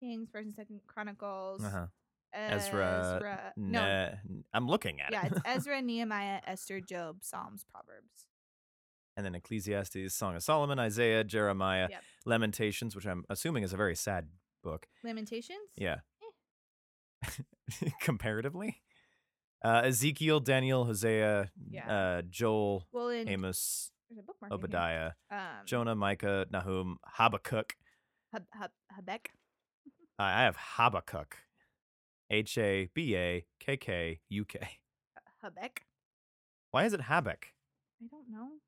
Speaker 1: Kings, first and second Chronicles.
Speaker 2: Uh huh. Ezra,
Speaker 1: Ezra- No.
Speaker 2: Nah, n- I'm looking at
Speaker 1: Yeah,
Speaker 2: it.
Speaker 1: it's Ezra, Nehemiah, Esther, Job, Psalms, Proverbs.
Speaker 2: <laughs> and then Ecclesiastes, Song of Solomon, Isaiah, Jeremiah,
Speaker 1: Yep.
Speaker 2: Lamentations, which I'm assuming is a very sad book. <laughs>
Speaker 1: Lamentations?
Speaker 2: Yeah. Comparatively, uh, Ezekiel, Daniel, Hosea,
Speaker 1: Yeah.
Speaker 2: uh, Joel,
Speaker 1: Well, in
Speaker 2: Amos,
Speaker 1: there's a bookmark. in here.
Speaker 2: Obadiah,
Speaker 1: Um,
Speaker 2: Jonah, Micah, Nahum, Habakkuk.
Speaker 1: Hab- Hab- Habeck.
Speaker 2: I I have Habakkuk, H A B A K K U K. <laughs>
Speaker 1: Habeck.
Speaker 2: Why is it Habakkuk?
Speaker 1: I don't know.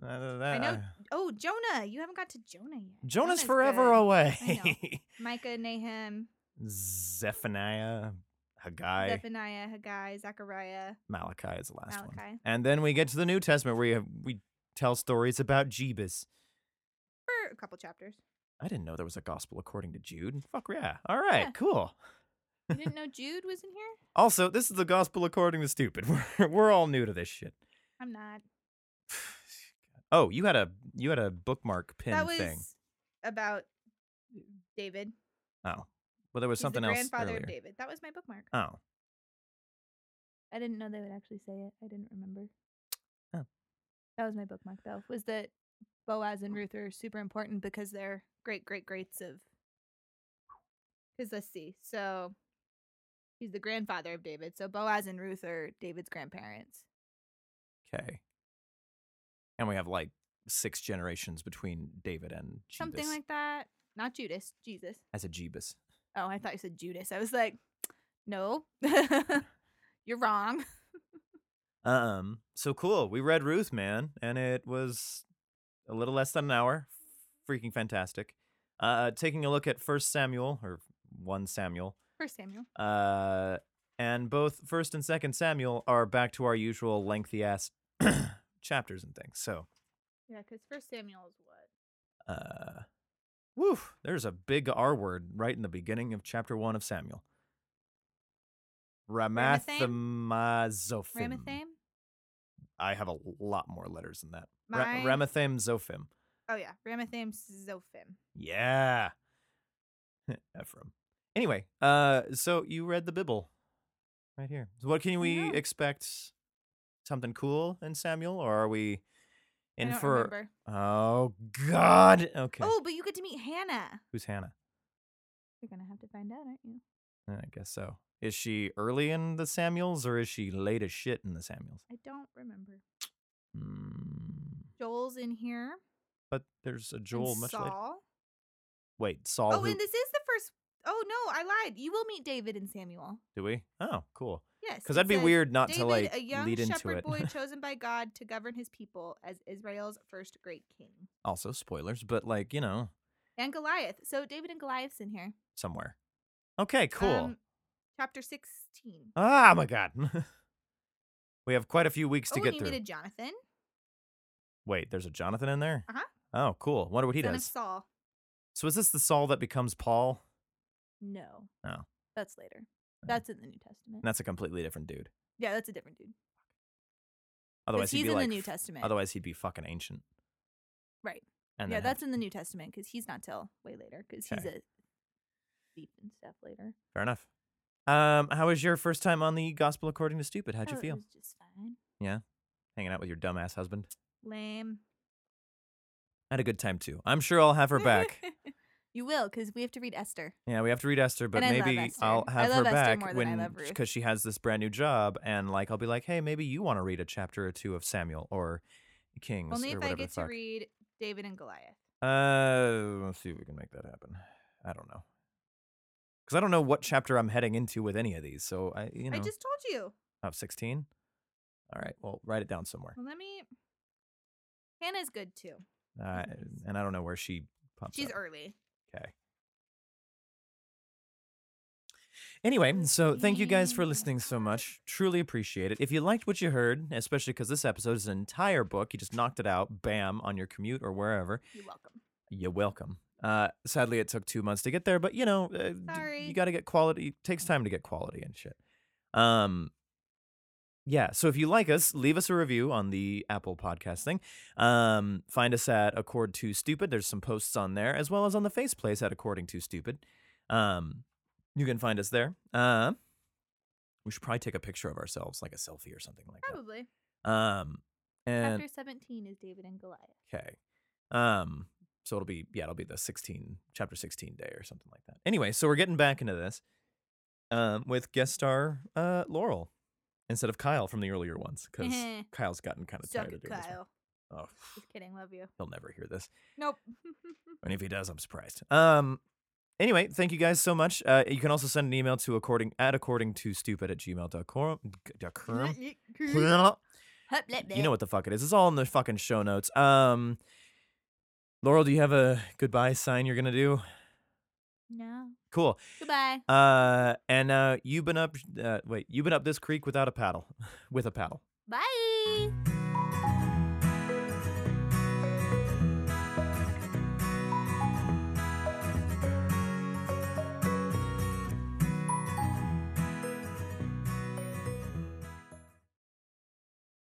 Speaker 2: Uh, uh,
Speaker 1: I know.
Speaker 2: uh,
Speaker 1: Oh, Jonah. You haven't got to Jonah yet.
Speaker 2: Jonah's forever
Speaker 1: good.
Speaker 2: away.
Speaker 1: Micah, Nahum,
Speaker 2: <laughs> Zephaniah, Haggai,
Speaker 1: Zephaniah, Haggai, Zechariah,
Speaker 2: Malachi is the last one.
Speaker 1: Malachi.
Speaker 2: And then we get to the New Testament where you have, we tell stories about Jebus.
Speaker 1: For a couple chapters.
Speaker 2: I didn't know there was a gospel according to Jude. Fuck yeah. All right,
Speaker 1: Yeah.
Speaker 2: cool.
Speaker 1: You didn't
Speaker 2: <laughs>
Speaker 1: know Jude was in here?
Speaker 2: Also, this is the gospel according to stupid. <laughs> We're, we're all new to this shit.
Speaker 1: I'm not.
Speaker 2: <sighs> Oh, you had a you had a bookmark pin
Speaker 1: that was
Speaker 2: thing.
Speaker 1: about David.
Speaker 2: Oh. Well, there was
Speaker 1: He's
Speaker 2: something
Speaker 1: the
Speaker 2: else
Speaker 1: grandfather
Speaker 2: earlier.
Speaker 1: of David. That was my bookmark.
Speaker 2: Oh.
Speaker 1: I didn't know they would actually say it. I didn't remember.
Speaker 2: Oh.
Speaker 1: That was my bookmark though. Was that Boaz and Ruth are super important because they're great great greats of because let's see. So he's the grandfather of David. So Boaz and Ruth are David's grandparents.
Speaker 2: Okay. And we have like six generations between David and Jebus.
Speaker 1: Something like that. Not Judas, Jesus.
Speaker 2: as a Jebus.
Speaker 1: Oh, I thought you said Judas. I was like, no. <laughs> You're wrong. <laughs>
Speaker 2: Um, so cool. We read Ruth, man, and it was a little less than an hour. Freaking fantastic. Uh, taking a look at First Samuel or One Samuel.
Speaker 1: First Samuel.
Speaker 2: Uh, and both First and Second Samuel are back to our usual lengthy ass <coughs> chapters and things. So,
Speaker 1: Yeah, because First Samuel is what?
Speaker 2: uh, woo, there's a big R word right in the beginning of chapter one of Samuel. Ramathemazophim.
Speaker 1: Ramathame?
Speaker 2: I have a lot more letters than that.
Speaker 1: My-
Speaker 2: Ra- Ramathaim Zophim.
Speaker 1: Oh yeah, Ramathame Zophim.
Speaker 2: Yeah. <laughs> Ephraim. Anyway, uh, so you read the Bible right here. So what can we
Speaker 1: know.
Speaker 2: expect? Something cool in Samuel, or are we in
Speaker 1: I don't
Speaker 2: for?
Speaker 1: remember.
Speaker 2: Oh God. Okay.
Speaker 1: Oh, but you get to meet Hannah.
Speaker 2: Who's Hannah?
Speaker 1: You're gonna have to find out, aren't you?
Speaker 2: Uh, I guess so. Is she early in the Samuels, or is she late as shit in the Samuels?
Speaker 1: I don't remember.
Speaker 2: Hmm.
Speaker 1: Joel's in here.
Speaker 2: but there's a
Speaker 1: And
Speaker 2: Joel much later.
Speaker 1: Saul?
Speaker 2: Wait, Saul.
Speaker 1: Oh,
Speaker 2: who,
Speaker 1: and this is the first. Oh no, I lied. You will meet David and Samuel.
Speaker 2: do we? Oh, cool.
Speaker 1: Yes, it
Speaker 2: Because that'd be
Speaker 1: says,
Speaker 2: weird not
Speaker 1: David,
Speaker 2: to like
Speaker 1: a young
Speaker 2: lead into
Speaker 1: shepherd
Speaker 2: it.
Speaker 1: boy chosen by God to govern his people as Israel's first great king,
Speaker 2: <laughs> also, spoilers, but like you know,
Speaker 1: and Goliath. So David and Goliath's in here.
Speaker 2: somewhere. Okay, cool.
Speaker 1: Um, chapter sixteen.
Speaker 2: ah, my God. <laughs> we have quite a few weeks to
Speaker 1: oh, and
Speaker 2: get
Speaker 1: you
Speaker 2: through.
Speaker 1: meet a Jonathan,
Speaker 2: Wait, there's a Jonathan in there.
Speaker 1: Uh-huh.
Speaker 2: Oh, cool. Wonder what he
Speaker 1: son of
Speaker 2: does.
Speaker 1: Saul.
Speaker 2: So is this the Saul that becomes Paul?
Speaker 1: No.
Speaker 2: Oh.
Speaker 1: That's later. That's in the New Testament.
Speaker 2: And that's a completely different dude.
Speaker 1: Yeah, that's a different dude. 'Cause
Speaker 2: Otherwise,
Speaker 1: he's
Speaker 2: he'd be
Speaker 1: in
Speaker 2: like.
Speaker 1: the New
Speaker 2: f-
Speaker 1: Testament.
Speaker 2: Otherwise, he'd be fucking ancient.
Speaker 1: Right.
Speaker 2: And
Speaker 1: yeah,
Speaker 2: then have-
Speaker 1: that's in the New Testament because he's not till way later because he's
Speaker 2: Okay.
Speaker 1: a thief and stuff later.
Speaker 2: fair enough. Um, how was your first time on the Gospel According to Stupid? How'd you
Speaker 1: Oh,
Speaker 2: feel?
Speaker 1: It was just fine.
Speaker 2: Hanging out with your dumbass husband.
Speaker 1: Lame. <laughs>
Speaker 2: I had a good time too. I'm sure I'll have her back.
Speaker 1: you will because we have to read Esther.
Speaker 2: yeah, we have to read Esther, but
Speaker 1: And I love
Speaker 2: maybe
Speaker 1: Esther.
Speaker 2: I'll
Speaker 1: I
Speaker 2: have her
Speaker 1: love Esther
Speaker 2: back
Speaker 1: more than I
Speaker 2: when
Speaker 1: love Ruth.
Speaker 2: because she has this brand new job, and like I'll be like, hey, maybe you want to read a chapter or two of Samuel or Kings
Speaker 1: Only if I
Speaker 2: or whatever the
Speaker 1: get to
Speaker 2: fuck.
Speaker 1: read David and Goliath.
Speaker 2: Uh, let's see if we can make that happen. I don't know, because I don't know what chapter I'm heading into with any of these. So I, you know,
Speaker 1: I just told you.
Speaker 2: oh, 16. All right, well, write it down somewhere.
Speaker 1: Well, let me. Hannah's good too.
Speaker 2: Uh,
Speaker 1: goodness.
Speaker 2: and I don't know where she pops.
Speaker 1: Mm, She's
Speaker 2: up.
Speaker 1: early.
Speaker 2: Okay. Anyway, so thank you guys for
Speaker 1: Okay.
Speaker 2: listening so much. Truly appreciate it. If you liked what you heard, especially because this episode is an entire book, you just knocked it out, bam, on your commute or wherever,
Speaker 1: You're welcome.
Speaker 2: you're welcome. Uh, sadly, it took two months to get there, but you know, uh, d-
Speaker 1: Sorry.
Speaker 2: you got to get quality. takes time to get quality and shit. Um, yeah. So if you like us, leave us a review on the Apple Podcast thing. Um, find us at Accord Too Stupid. There's some posts on there, as well as on the Face Place at According Too Stupid. Um, you can find us there. Uh, we should probably take a picture of ourselves, like a selfie or something like
Speaker 1: Probably.
Speaker 2: that. Um, and
Speaker 1: Chapter 17 is David and Goliath.
Speaker 2: Okay. Um, so it'll be yeah, it'll be the 16 chapter 16 day or something like that. Anyway, so we're getting back into this um with guest star uh Laurel instead of Kyle from the earlier ones cuz Kyle's gotten kind of
Speaker 1: Suck
Speaker 2: tired of doing this. one.
Speaker 1: Kyle.
Speaker 2: Oh,
Speaker 1: <laughs> Just kidding. Love you.
Speaker 2: he'll never hear this.
Speaker 1: Nope. <laughs>
Speaker 2: And if he does, I'm surprised. Um Anyway, thank you guys so much. Uh, you can also send an email to according at according to stupid at gmail.com. You know what the fuck it is. It's all in the fucking show notes. Um, Laurel, do you have a goodbye sign you're gonna do?
Speaker 1: No.
Speaker 2: Cool.
Speaker 1: Goodbye.
Speaker 2: Uh, and <laughs> uh, you've been up. Uh, wait, you've been up this creek without a paddle, with a paddle.
Speaker 1: Bye.